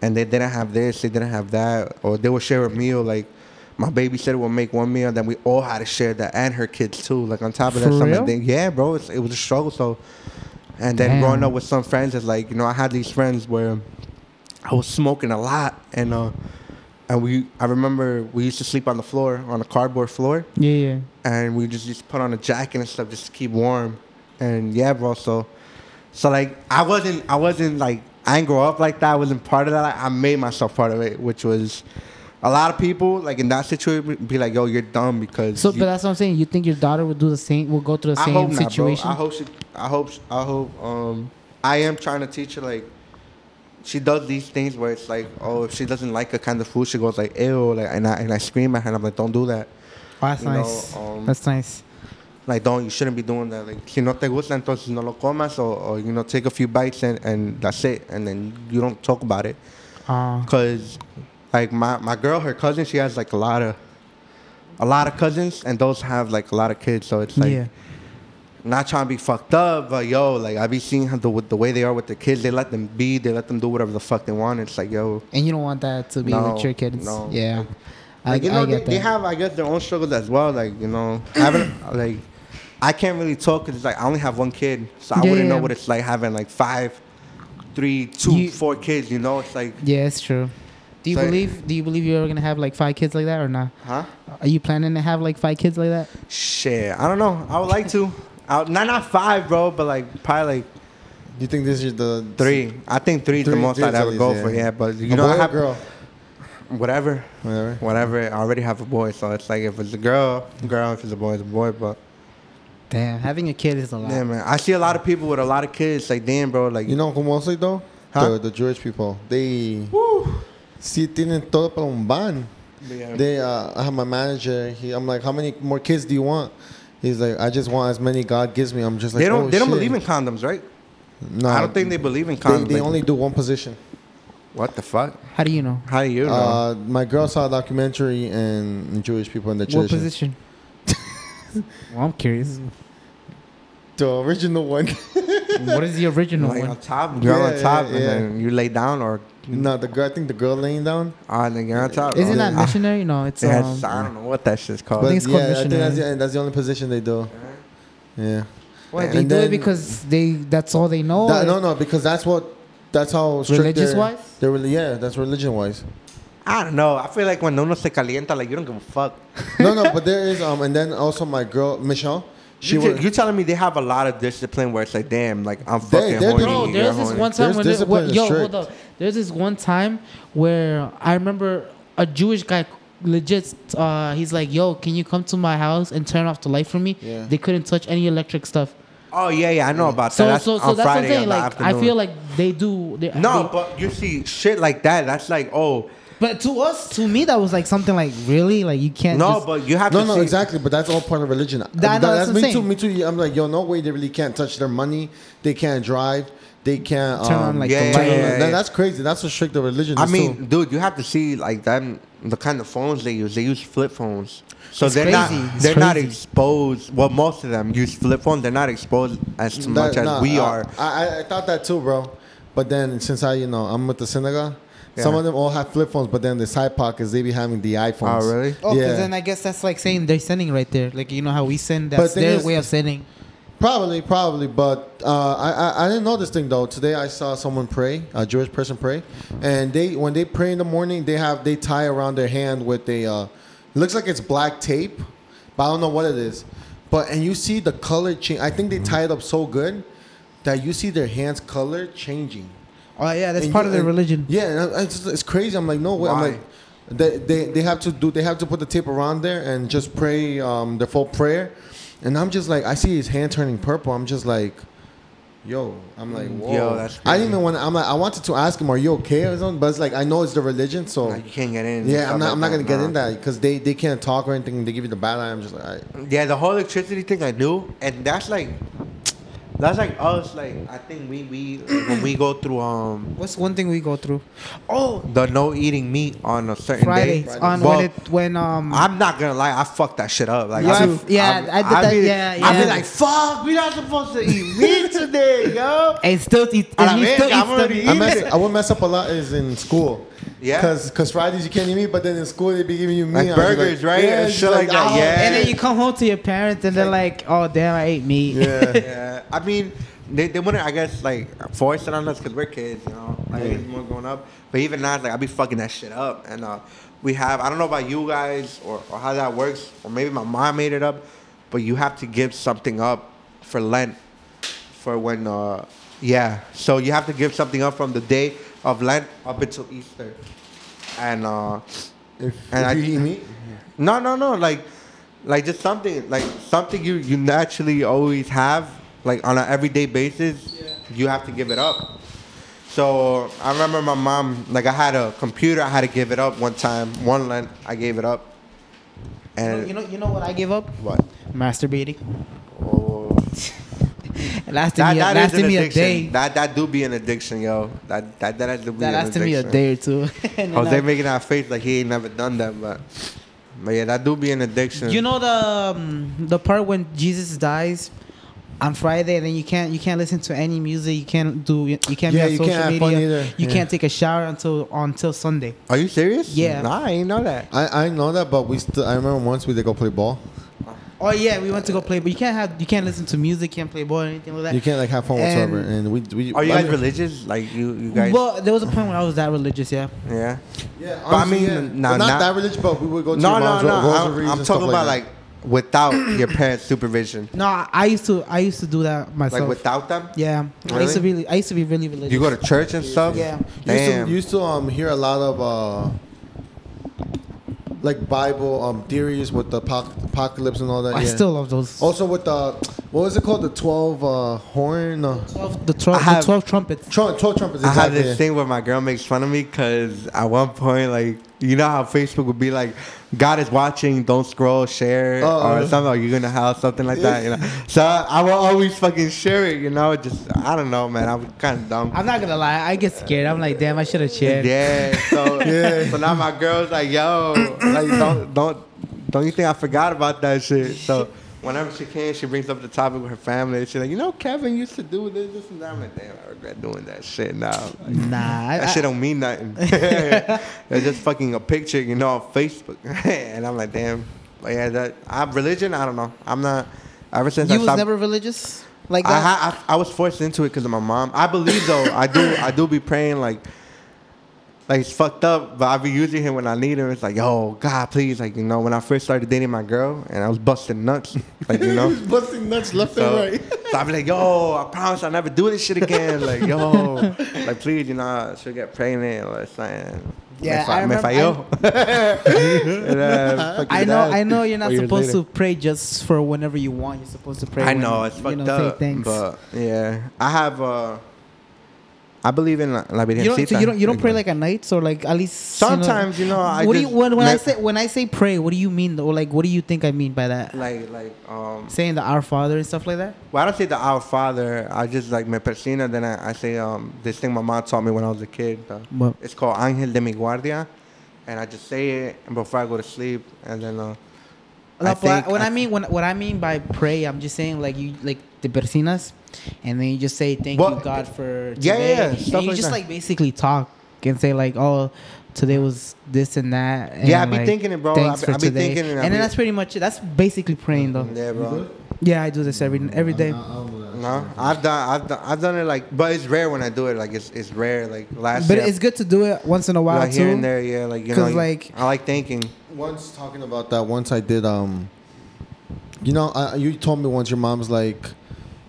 [SPEAKER 3] and they didn't have this, they didn't have that, or they would share a meal. Like my babysitter would make one meal, then we all had to share that, and her kids too. Like on top of that,
[SPEAKER 2] For
[SPEAKER 3] some
[SPEAKER 2] real?
[SPEAKER 3] of the- yeah, bro, it's, it was a struggle. So, and then
[SPEAKER 2] Damn.
[SPEAKER 3] growing up with some friends, it's like you know I had these friends where I was smoking a lot, and uh, and we I remember we used to sleep on the floor on a cardboard floor
[SPEAKER 2] Yeah, yeah.
[SPEAKER 3] and we just just put on a jacket and stuff just to keep warm. And yeah, bro. So, so like I wasn't I wasn't like I didn't grow up like that. I wasn't part of that. I made myself part of it, which was a lot of people like in that situation be like, "Yo, you're dumb because."
[SPEAKER 2] So,
[SPEAKER 3] you-
[SPEAKER 2] but that's what I'm saying. You think your daughter would do the same? Will go through the
[SPEAKER 3] I hope
[SPEAKER 2] same
[SPEAKER 3] not,
[SPEAKER 2] situation?
[SPEAKER 3] bro. I hope she. I hope. I hope. Um, I am trying to teach her like. She does these things where it's like, oh, if she doesn't like a kind of food, she goes like, ew, like, and I and I scream at her, and I'm like, don't do that.
[SPEAKER 2] Oh, that's
[SPEAKER 3] you know,
[SPEAKER 2] nice.
[SPEAKER 3] um,
[SPEAKER 2] that's nice.
[SPEAKER 3] like don't you shouldn't be doing that like si no te gusta entonces no lo comas or, or you know take a few bites and, and that's it and then you don't talk about it
[SPEAKER 2] Uh,
[SPEAKER 3] because like my, my girl her cousin she has like a lot of a lot of cousins and those have like a lot of kids so it's like
[SPEAKER 2] yeah.
[SPEAKER 3] not trying to be fucked up but yo like i be seeing how the, with the way they are with their kids they let them be they let them do whatever the fuck they want it's like yo
[SPEAKER 2] And you don't want that to be
[SPEAKER 3] No,
[SPEAKER 2] with your kids.
[SPEAKER 3] no.
[SPEAKER 2] Yeah.
[SPEAKER 3] Like,
[SPEAKER 2] I,
[SPEAKER 3] you know,
[SPEAKER 2] I
[SPEAKER 3] they,
[SPEAKER 2] get
[SPEAKER 3] they
[SPEAKER 2] that.
[SPEAKER 3] have, I guess, their own struggles as well. Like, you know, having, like, I can't really talk because it's like I only have one kid, so I
[SPEAKER 2] Yeah,
[SPEAKER 3] wouldn't
[SPEAKER 2] yeah,
[SPEAKER 3] know
[SPEAKER 2] yeah.
[SPEAKER 3] what it's like having like five, three, two, four
[SPEAKER 2] You-
[SPEAKER 3] kids. You know, it's like,
[SPEAKER 2] yeah, it's true. Do you
[SPEAKER 3] So-
[SPEAKER 2] believe? Do you believe you're ever gonna have like five kids like that or not?
[SPEAKER 3] huh?
[SPEAKER 2] Are you planning to have like five kids like that?
[SPEAKER 3] Shit, I don't know. I would like to, I, would- not not five, bro, but like probably like
[SPEAKER 1] You think this is the
[SPEAKER 3] three. I think three is the
[SPEAKER 1] Three-
[SPEAKER 3] most
[SPEAKER 1] three
[SPEAKER 3] I'd
[SPEAKER 1] is
[SPEAKER 3] ever
[SPEAKER 1] easy,
[SPEAKER 3] go
[SPEAKER 1] yeah.
[SPEAKER 3] for. Yeah, but you
[SPEAKER 1] a
[SPEAKER 3] know,
[SPEAKER 1] boy
[SPEAKER 3] I
[SPEAKER 1] or
[SPEAKER 3] have
[SPEAKER 1] girl.
[SPEAKER 3] whatever,
[SPEAKER 1] Whatever.
[SPEAKER 3] whatever. I already have a boy, so it's like if it's a girl, girl. If it's a boy, it's a boy. But
[SPEAKER 2] Damn, having a kid is a lot.
[SPEAKER 3] yeah, man, I see a lot of people with a lot of kids. Like, damn, bro, like
[SPEAKER 1] You know who mostly though?
[SPEAKER 3] Huh?
[SPEAKER 1] The, the Jewish people. They see tienen todo para un ban.
[SPEAKER 3] Yeah.
[SPEAKER 1] They uh, I have my manager. He, I'm like, how many more kids do you want? He's like, I just want as many God gives me. I'm just like,
[SPEAKER 3] they don't.
[SPEAKER 1] "Oh,
[SPEAKER 3] they don't
[SPEAKER 1] shit."
[SPEAKER 3] believe in condoms, right?
[SPEAKER 1] No,
[SPEAKER 3] I don't think they believe in
[SPEAKER 1] They,
[SPEAKER 3] condoms.
[SPEAKER 1] they
[SPEAKER 3] Like,
[SPEAKER 1] only do one position.
[SPEAKER 3] what the fuck?
[SPEAKER 2] How do you know?
[SPEAKER 3] How do you know?
[SPEAKER 1] Uh, my girl saw a documentary and Jewish people in the
[SPEAKER 2] What
[SPEAKER 1] church.
[SPEAKER 2] position? well, I'm curious.
[SPEAKER 1] The original one.
[SPEAKER 2] What is the original
[SPEAKER 3] like on
[SPEAKER 2] one?
[SPEAKER 3] top, you're
[SPEAKER 1] Yeah,
[SPEAKER 3] on top,
[SPEAKER 1] yeah,
[SPEAKER 3] and
[SPEAKER 1] yeah.
[SPEAKER 3] then you lay down, or
[SPEAKER 1] no, the girl. I think the girl laying down.
[SPEAKER 3] ah, then you're on top.
[SPEAKER 2] Isn't
[SPEAKER 3] Oh,
[SPEAKER 2] that
[SPEAKER 3] yeah.
[SPEAKER 2] missionary? No, it's
[SPEAKER 3] It has-
[SPEAKER 2] um,
[SPEAKER 3] I don't know what that shit's
[SPEAKER 1] But
[SPEAKER 3] called. Uh-huh.
[SPEAKER 2] think it's called
[SPEAKER 1] yeah, I think that's
[SPEAKER 2] missionary.
[SPEAKER 1] the, that's the only position they do. Yeah.
[SPEAKER 2] What,
[SPEAKER 1] And
[SPEAKER 2] they do it
[SPEAKER 1] then-
[SPEAKER 2] because they that's all they know.
[SPEAKER 1] That- no, no, because that's what. That's how strict
[SPEAKER 2] Religious
[SPEAKER 1] they're-
[SPEAKER 2] wise?
[SPEAKER 1] They're really, yeah, that's religion wise.
[SPEAKER 3] I don't know. I feel like when uno se calienta, like you don't give a fuck.
[SPEAKER 1] no, no, but there is um, and then also my girl Michelle. She
[SPEAKER 3] you
[SPEAKER 1] was.
[SPEAKER 3] are telling me they have a lot of discipline where it's like, damn, like I'm
[SPEAKER 1] They-
[SPEAKER 3] fucking
[SPEAKER 1] they're
[SPEAKER 3] horny.
[SPEAKER 1] doing-
[SPEAKER 2] Bro,
[SPEAKER 3] you're
[SPEAKER 2] there's this
[SPEAKER 3] horny.
[SPEAKER 2] one time
[SPEAKER 1] There's
[SPEAKER 2] when, there,
[SPEAKER 1] discipline
[SPEAKER 2] when
[SPEAKER 1] is
[SPEAKER 2] yo,
[SPEAKER 1] strict.
[SPEAKER 2] hold up. There's this one time where I remember a Jewish guy legit uh, he's like, "Yo, can you come to my house and turn off the light for me?"
[SPEAKER 1] Yeah.
[SPEAKER 2] They couldn't touch any electric stuff.
[SPEAKER 3] Oh yeah, yeah, I know about
[SPEAKER 2] So
[SPEAKER 3] that. That's
[SPEAKER 2] so so
[SPEAKER 3] on
[SPEAKER 2] that's what
[SPEAKER 3] Friday
[SPEAKER 2] I'm
[SPEAKER 3] in
[SPEAKER 2] saying.
[SPEAKER 3] the
[SPEAKER 2] Like I
[SPEAKER 3] afternoon.
[SPEAKER 2] feel like they do they,
[SPEAKER 3] no,
[SPEAKER 2] they-
[SPEAKER 3] but you see shit like that. That's like oh
[SPEAKER 2] but to us to me that was like something like really like you can't
[SPEAKER 3] no,
[SPEAKER 2] just,
[SPEAKER 3] but you have
[SPEAKER 1] no,
[SPEAKER 3] to
[SPEAKER 1] no,
[SPEAKER 3] see.
[SPEAKER 1] exactly, but that's all part of religion.
[SPEAKER 2] that's
[SPEAKER 1] that's
[SPEAKER 2] what I'm
[SPEAKER 1] me too.
[SPEAKER 2] saying.
[SPEAKER 1] Me too. I'm like, yo, no way. They really can't touch their money. They can't drive. They can't um,
[SPEAKER 2] Turn on, like,
[SPEAKER 3] the
[SPEAKER 1] turn
[SPEAKER 3] light.
[SPEAKER 1] on-
[SPEAKER 3] Yeah, yeah,
[SPEAKER 1] that-
[SPEAKER 3] yeah.
[SPEAKER 1] That's crazy. That's what strict the religion.
[SPEAKER 3] I
[SPEAKER 1] is
[SPEAKER 3] mean,
[SPEAKER 1] too.
[SPEAKER 3] dude, you have to see like them the kind of phones they use. They use flip phones, so
[SPEAKER 2] It's
[SPEAKER 3] they're
[SPEAKER 2] crazy.
[SPEAKER 3] not
[SPEAKER 2] It's
[SPEAKER 3] they're not
[SPEAKER 2] crazy.
[SPEAKER 3] exposed. Well, most of them use flip phones. They're not exposed as
[SPEAKER 1] That-
[SPEAKER 3] much as
[SPEAKER 1] nah, uh,
[SPEAKER 3] we
[SPEAKER 1] I-
[SPEAKER 3] are.
[SPEAKER 1] I, I, I thought that too, bro. But then since I, you know, I'm with the synagogue. Some
[SPEAKER 3] Yeah.
[SPEAKER 1] of them all have flip phones, but then the side pockets they be having the iPhones.
[SPEAKER 3] Oh, really?
[SPEAKER 2] Oh, 'cause
[SPEAKER 1] yeah.
[SPEAKER 2] then I guess that's like saying they're sending right there. Like you know how we send.
[SPEAKER 1] But
[SPEAKER 2] That's
[SPEAKER 1] thing
[SPEAKER 2] their
[SPEAKER 1] is-
[SPEAKER 2] way of sending.
[SPEAKER 1] Probably, probably, but uh, I, I I didn't know this thing though. Today I saw someone pray, a Jewish person pray, and they when they pray in the morning they have they tie around their hand with a uh, looks like it's black tape, but I don't know what it is. But and you see the color change. I think they tie it up so good that you see their hands color changing.
[SPEAKER 2] Oh yeah, that's
[SPEAKER 1] And
[SPEAKER 2] part
[SPEAKER 1] you-
[SPEAKER 2] of their
[SPEAKER 1] and-
[SPEAKER 2] religion.
[SPEAKER 1] Yeah, and I- I just- it's crazy. I'm like, no way. I'm
[SPEAKER 3] Why?
[SPEAKER 1] like, they, they they have to do. They have to put the tape around there and just pray um, the full prayer. And I'm just like, I see his hand turning purple. I'm just like, yo, I'm like, whoa.
[SPEAKER 3] Mm, Yo, that's
[SPEAKER 1] I
[SPEAKER 3] crazy.
[SPEAKER 1] didn't even want. to I'm like, I wanted to ask him, are you okay or something? But it's like, I know it's the religion, so
[SPEAKER 3] Like, you can't get in.
[SPEAKER 1] oh. yeah,
[SPEAKER 3] stuff
[SPEAKER 1] I'm not.
[SPEAKER 3] like
[SPEAKER 1] I'm not gonna get
[SPEAKER 3] nah.
[SPEAKER 1] in that because they they can't talk or anything. They give you the bad eye. I'm just like, all right.
[SPEAKER 3] Yeah, the whole electricity thing I knew, and that's like, that's like us. Like I think we we when we go through um
[SPEAKER 2] What's one thing we go through? Oh,
[SPEAKER 3] the no eating meat on a certain
[SPEAKER 2] Fridays
[SPEAKER 3] day.
[SPEAKER 2] on
[SPEAKER 3] Well,
[SPEAKER 2] when it when um.
[SPEAKER 3] I'm not gonna lie, I fucked that shit up. Like
[SPEAKER 2] Yeah,
[SPEAKER 3] I'm-
[SPEAKER 2] I- yeah,
[SPEAKER 3] I'm-
[SPEAKER 2] I did that,
[SPEAKER 3] be-
[SPEAKER 2] yeah,
[SPEAKER 3] I be
[SPEAKER 2] yeah.
[SPEAKER 3] like, fuck, we not supposed to eat meat today, yo.
[SPEAKER 2] and still eat.
[SPEAKER 3] A la
[SPEAKER 2] And he still
[SPEAKER 3] verga, I'm
[SPEAKER 2] eats
[SPEAKER 3] already
[SPEAKER 2] them.
[SPEAKER 1] I
[SPEAKER 3] Eat
[SPEAKER 1] mess.
[SPEAKER 3] it.
[SPEAKER 1] I would mess up a lot is in school.
[SPEAKER 3] Yeah.
[SPEAKER 1] Cause, cause Fridays you can't eat meat, but then in school they be giving you meat.
[SPEAKER 3] Like
[SPEAKER 1] I'll be
[SPEAKER 3] burgers, right? And
[SPEAKER 1] it's
[SPEAKER 3] shit like that,
[SPEAKER 1] "Oh,
[SPEAKER 3] yeah.
[SPEAKER 2] And then you come home to your parents, and they're like, "Oh damn, I ate meat."
[SPEAKER 1] Yeah.
[SPEAKER 3] yeah, I mean, they, they wouldn't, I guess, like, force it on us because we're kids, you know? Like, it's more growing up. But even now, it's like, I be fucking that shit up. And uh, we have, I don't know about you guys or, or how that works, or maybe my mom made it up, but you have to give something up for Lent, for when, uh, yeah. So you have to give something up from the day of Lent up until Easter. And, uh,
[SPEAKER 1] If,
[SPEAKER 3] And
[SPEAKER 1] if
[SPEAKER 3] I-
[SPEAKER 1] you eat meat,
[SPEAKER 3] no, no, no. Like, like just something, like something you you naturally always have, like on an everyday basis. You have to give it up. So I remember my mom. Like I had a computer. I had to give it up one time. One Lent, I gave it up. And
[SPEAKER 2] You know, you know what I give up?
[SPEAKER 3] what?
[SPEAKER 2] Masturbating.
[SPEAKER 3] Oh,
[SPEAKER 2] It lasted
[SPEAKER 3] that
[SPEAKER 2] me,
[SPEAKER 3] that is
[SPEAKER 2] lasted
[SPEAKER 3] an
[SPEAKER 2] me a
[SPEAKER 3] addiction.
[SPEAKER 2] day. That,
[SPEAKER 3] That that do be an addiction, yo. That that that has to be an
[SPEAKER 2] lasted me a
[SPEAKER 3] addiction.
[SPEAKER 2] day or two. And then
[SPEAKER 3] Jose
[SPEAKER 2] I-
[SPEAKER 3] making that face like he ain't never done that, but but yeah, that do be an addiction.
[SPEAKER 2] you know the um, the part when Jesus dies on Friday, and then you can't you can't listen to any music. You can't do you can't
[SPEAKER 1] Yeah,
[SPEAKER 2] be on
[SPEAKER 1] you
[SPEAKER 2] social
[SPEAKER 1] can't have
[SPEAKER 2] media.
[SPEAKER 1] fun either.
[SPEAKER 2] You
[SPEAKER 1] Yeah.
[SPEAKER 2] can't take a shower until until Sunday.
[SPEAKER 3] Are you serious?
[SPEAKER 2] Yeah.
[SPEAKER 3] Nah, I ain't know that.
[SPEAKER 1] I, I know that, but we still. I remember once we did go play ball.
[SPEAKER 2] Oh yeah, we went to go play, but you can't have you can't listen to music, can't play ball, or anything like that.
[SPEAKER 1] You can't like have fun
[SPEAKER 2] And-
[SPEAKER 1] whatsoever, and we we.
[SPEAKER 3] Are you
[SPEAKER 1] I
[SPEAKER 3] guys
[SPEAKER 1] mean-
[SPEAKER 3] religious? Like you, you guys?
[SPEAKER 2] Well, there was a point where I was that religious, yeah.
[SPEAKER 3] yeah.
[SPEAKER 1] Yeah,
[SPEAKER 3] But I mean, nah,
[SPEAKER 1] But not
[SPEAKER 3] nah.
[SPEAKER 1] that religious, but we would go to
[SPEAKER 3] No,
[SPEAKER 1] your
[SPEAKER 3] no,
[SPEAKER 1] mom's
[SPEAKER 3] no.
[SPEAKER 1] ro-
[SPEAKER 3] I'm,
[SPEAKER 1] rosaries
[SPEAKER 3] I'm
[SPEAKER 1] and
[SPEAKER 3] talking
[SPEAKER 1] stuff
[SPEAKER 3] about
[SPEAKER 1] that.
[SPEAKER 3] like without your parents' supervision,
[SPEAKER 2] No, I, I used to I used to do that myself.
[SPEAKER 3] like without them.
[SPEAKER 2] yeah, I used to be I used to be really religious.
[SPEAKER 3] You go to church and stuff.
[SPEAKER 2] Yeah.
[SPEAKER 3] Damn.
[SPEAKER 1] Used to, used to um hear a lot of uh like Bible um theories with the apoc- apocalypse and all that.
[SPEAKER 2] I
[SPEAKER 1] yeah.
[SPEAKER 2] still love those.
[SPEAKER 3] Oh.
[SPEAKER 1] also with the what was it called the twelve uh horn no,
[SPEAKER 2] 12, the, 12,
[SPEAKER 3] I have-
[SPEAKER 2] the 12 trumpets.
[SPEAKER 1] tru- twelve trumpets.
[SPEAKER 3] I
[SPEAKER 1] Exactly.
[SPEAKER 3] have this
[SPEAKER 1] yeah.
[SPEAKER 3] thing where my girl makes fun of me because at one point, like, you know how Facebook would be like, "God is watching, don't scroll, share,"
[SPEAKER 1] Oh.
[SPEAKER 3] or something. Or you're gonna have something like that, you know. So I will always fucking share it, you know. Just I don't know, man. I'm kind of dumb.
[SPEAKER 2] I'm not gonna lie, I get scared. I'm like, damn, I should have cheered.
[SPEAKER 3] Yeah. So
[SPEAKER 1] Yeah.
[SPEAKER 3] So now my girl's like, yo, like don't don't don't you think I forgot about that shit? So whenever she can, she brings up the topic with her family. And she's like, you know, Kevin used to do this, this, and that. I'm like, damn, I regret doing that shit now. Like,
[SPEAKER 2] Nah, I,
[SPEAKER 3] that shit
[SPEAKER 2] I,
[SPEAKER 3] don't mean nothing. it's just fucking a picture, you know, on Facebook. and I'm like, damn. But yeah, that I religion. I don't know. I'm not. Ever since I
[SPEAKER 2] you was
[SPEAKER 3] stopped,
[SPEAKER 2] never religious like
[SPEAKER 3] I,
[SPEAKER 2] that.
[SPEAKER 3] ha- I I was forced into it because of my mom. I believe though. I do. I do be praying like. Like it's fucked up, but I be using him when I need him. It's like, yo, God, please, like you know, when I first started dating my girl and I was busting nuts, like you know,
[SPEAKER 1] busting nuts left
[SPEAKER 3] so,
[SPEAKER 1] and right.
[SPEAKER 3] so I be like, yo, I promise I'll never do this shit again. Like yo, like please, you know, she'll get pregnant or something.
[SPEAKER 2] Yeah,
[SPEAKER 3] me, fa-
[SPEAKER 2] I
[SPEAKER 3] me
[SPEAKER 2] remember-
[SPEAKER 3] falló. And, uh, fucking
[SPEAKER 2] I know,
[SPEAKER 3] died
[SPEAKER 2] I know, you're
[SPEAKER 3] four
[SPEAKER 2] not
[SPEAKER 3] years
[SPEAKER 2] supposed
[SPEAKER 3] later.
[SPEAKER 2] to pray just for whenever you want. You're supposed to pray.
[SPEAKER 3] I
[SPEAKER 2] when,
[SPEAKER 3] know it's
[SPEAKER 2] you
[SPEAKER 3] fucked
[SPEAKER 2] know,
[SPEAKER 3] up,
[SPEAKER 2] Say thanks.
[SPEAKER 3] but yeah, I have. uh I believe in la, la
[SPEAKER 2] you don't, so
[SPEAKER 3] Virgencita.
[SPEAKER 2] you don't, you don't pray like at night, or like at least
[SPEAKER 3] Sometimes, you know, I
[SPEAKER 2] what do you
[SPEAKER 3] just
[SPEAKER 2] when, when I
[SPEAKER 3] make-
[SPEAKER 2] say when I say pray? What do you mean though? Like, what do you think I mean by that?
[SPEAKER 3] like like um.
[SPEAKER 2] Saying the Our Father and stuff like that.
[SPEAKER 3] Well, I don't say the Our Father. I just like me persina. Then I, I say um this thing my mom taught me when I was a kid. uh,
[SPEAKER 2] What?
[SPEAKER 3] It's called Angel de mi Guardia, and I just say it and before I go to sleep, and then. Uh,
[SPEAKER 2] No,
[SPEAKER 3] I
[SPEAKER 2] but I-
[SPEAKER 3] think-
[SPEAKER 2] what I, mean when what I mean by pray, I'm just saying like you like the persinas, and then you just say thank
[SPEAKER 3] Well,
[SPEAKER 2] you God for
[SPEAKER 3] yeah,
[SPEAKER 2] today.
[SPEAKER 3] yeah, yeah,
[SPEAKER 2] and
[SPEAKER 3] stuff
[SPEAKER 2] you
[SPEAKER 3] like
[SPEAKER 2] just
[SPEAKER 3] that.
[SPEAKER 2] like basically talk and say like oh today was this and that. And
[SPEAKER 3] Yeah, I be
[SPEAKER 2] like,
[SPEAKER 3] thinking it, bro.
[SPEAKER 2] Thanks
[SPEAKER 3] I be-
[SPEAKER 2] for
[SPEAKER 3] I be
[SPEAKER 2] today.
[SPEAKER 3] thinking it, I
[SPEAKER 2] and
[SPEAKER 3] be-
[SPEAKER 2] then that's pretty much it. That's basically praying though.
[SPEAKER 3] Yeah, Uh, bro.
[SPEAKER 2] Yeah, I do this every every day.
[SPEAKER 1] Um,
[SPEAKER 3] No, I've done, I've done, I've done it like, but it's rare when I do it. Like it's, it's rare. Like last
[SPEAKER 2] But
[SPEAKER 3] year,
[SPEAKER 2] it's good to do it once in a while
[SPEAKER 3] like
[SPEAKER 2] too.
[SPEAKER 3] here and there, yeah. Like you know,
[SPEAKER 2] 'Cause, like-
[SPEAKER 3] I like thinking.
[SPEAKER 1] Once talking about that, once I did um, you know, I, you told me once your mom's like,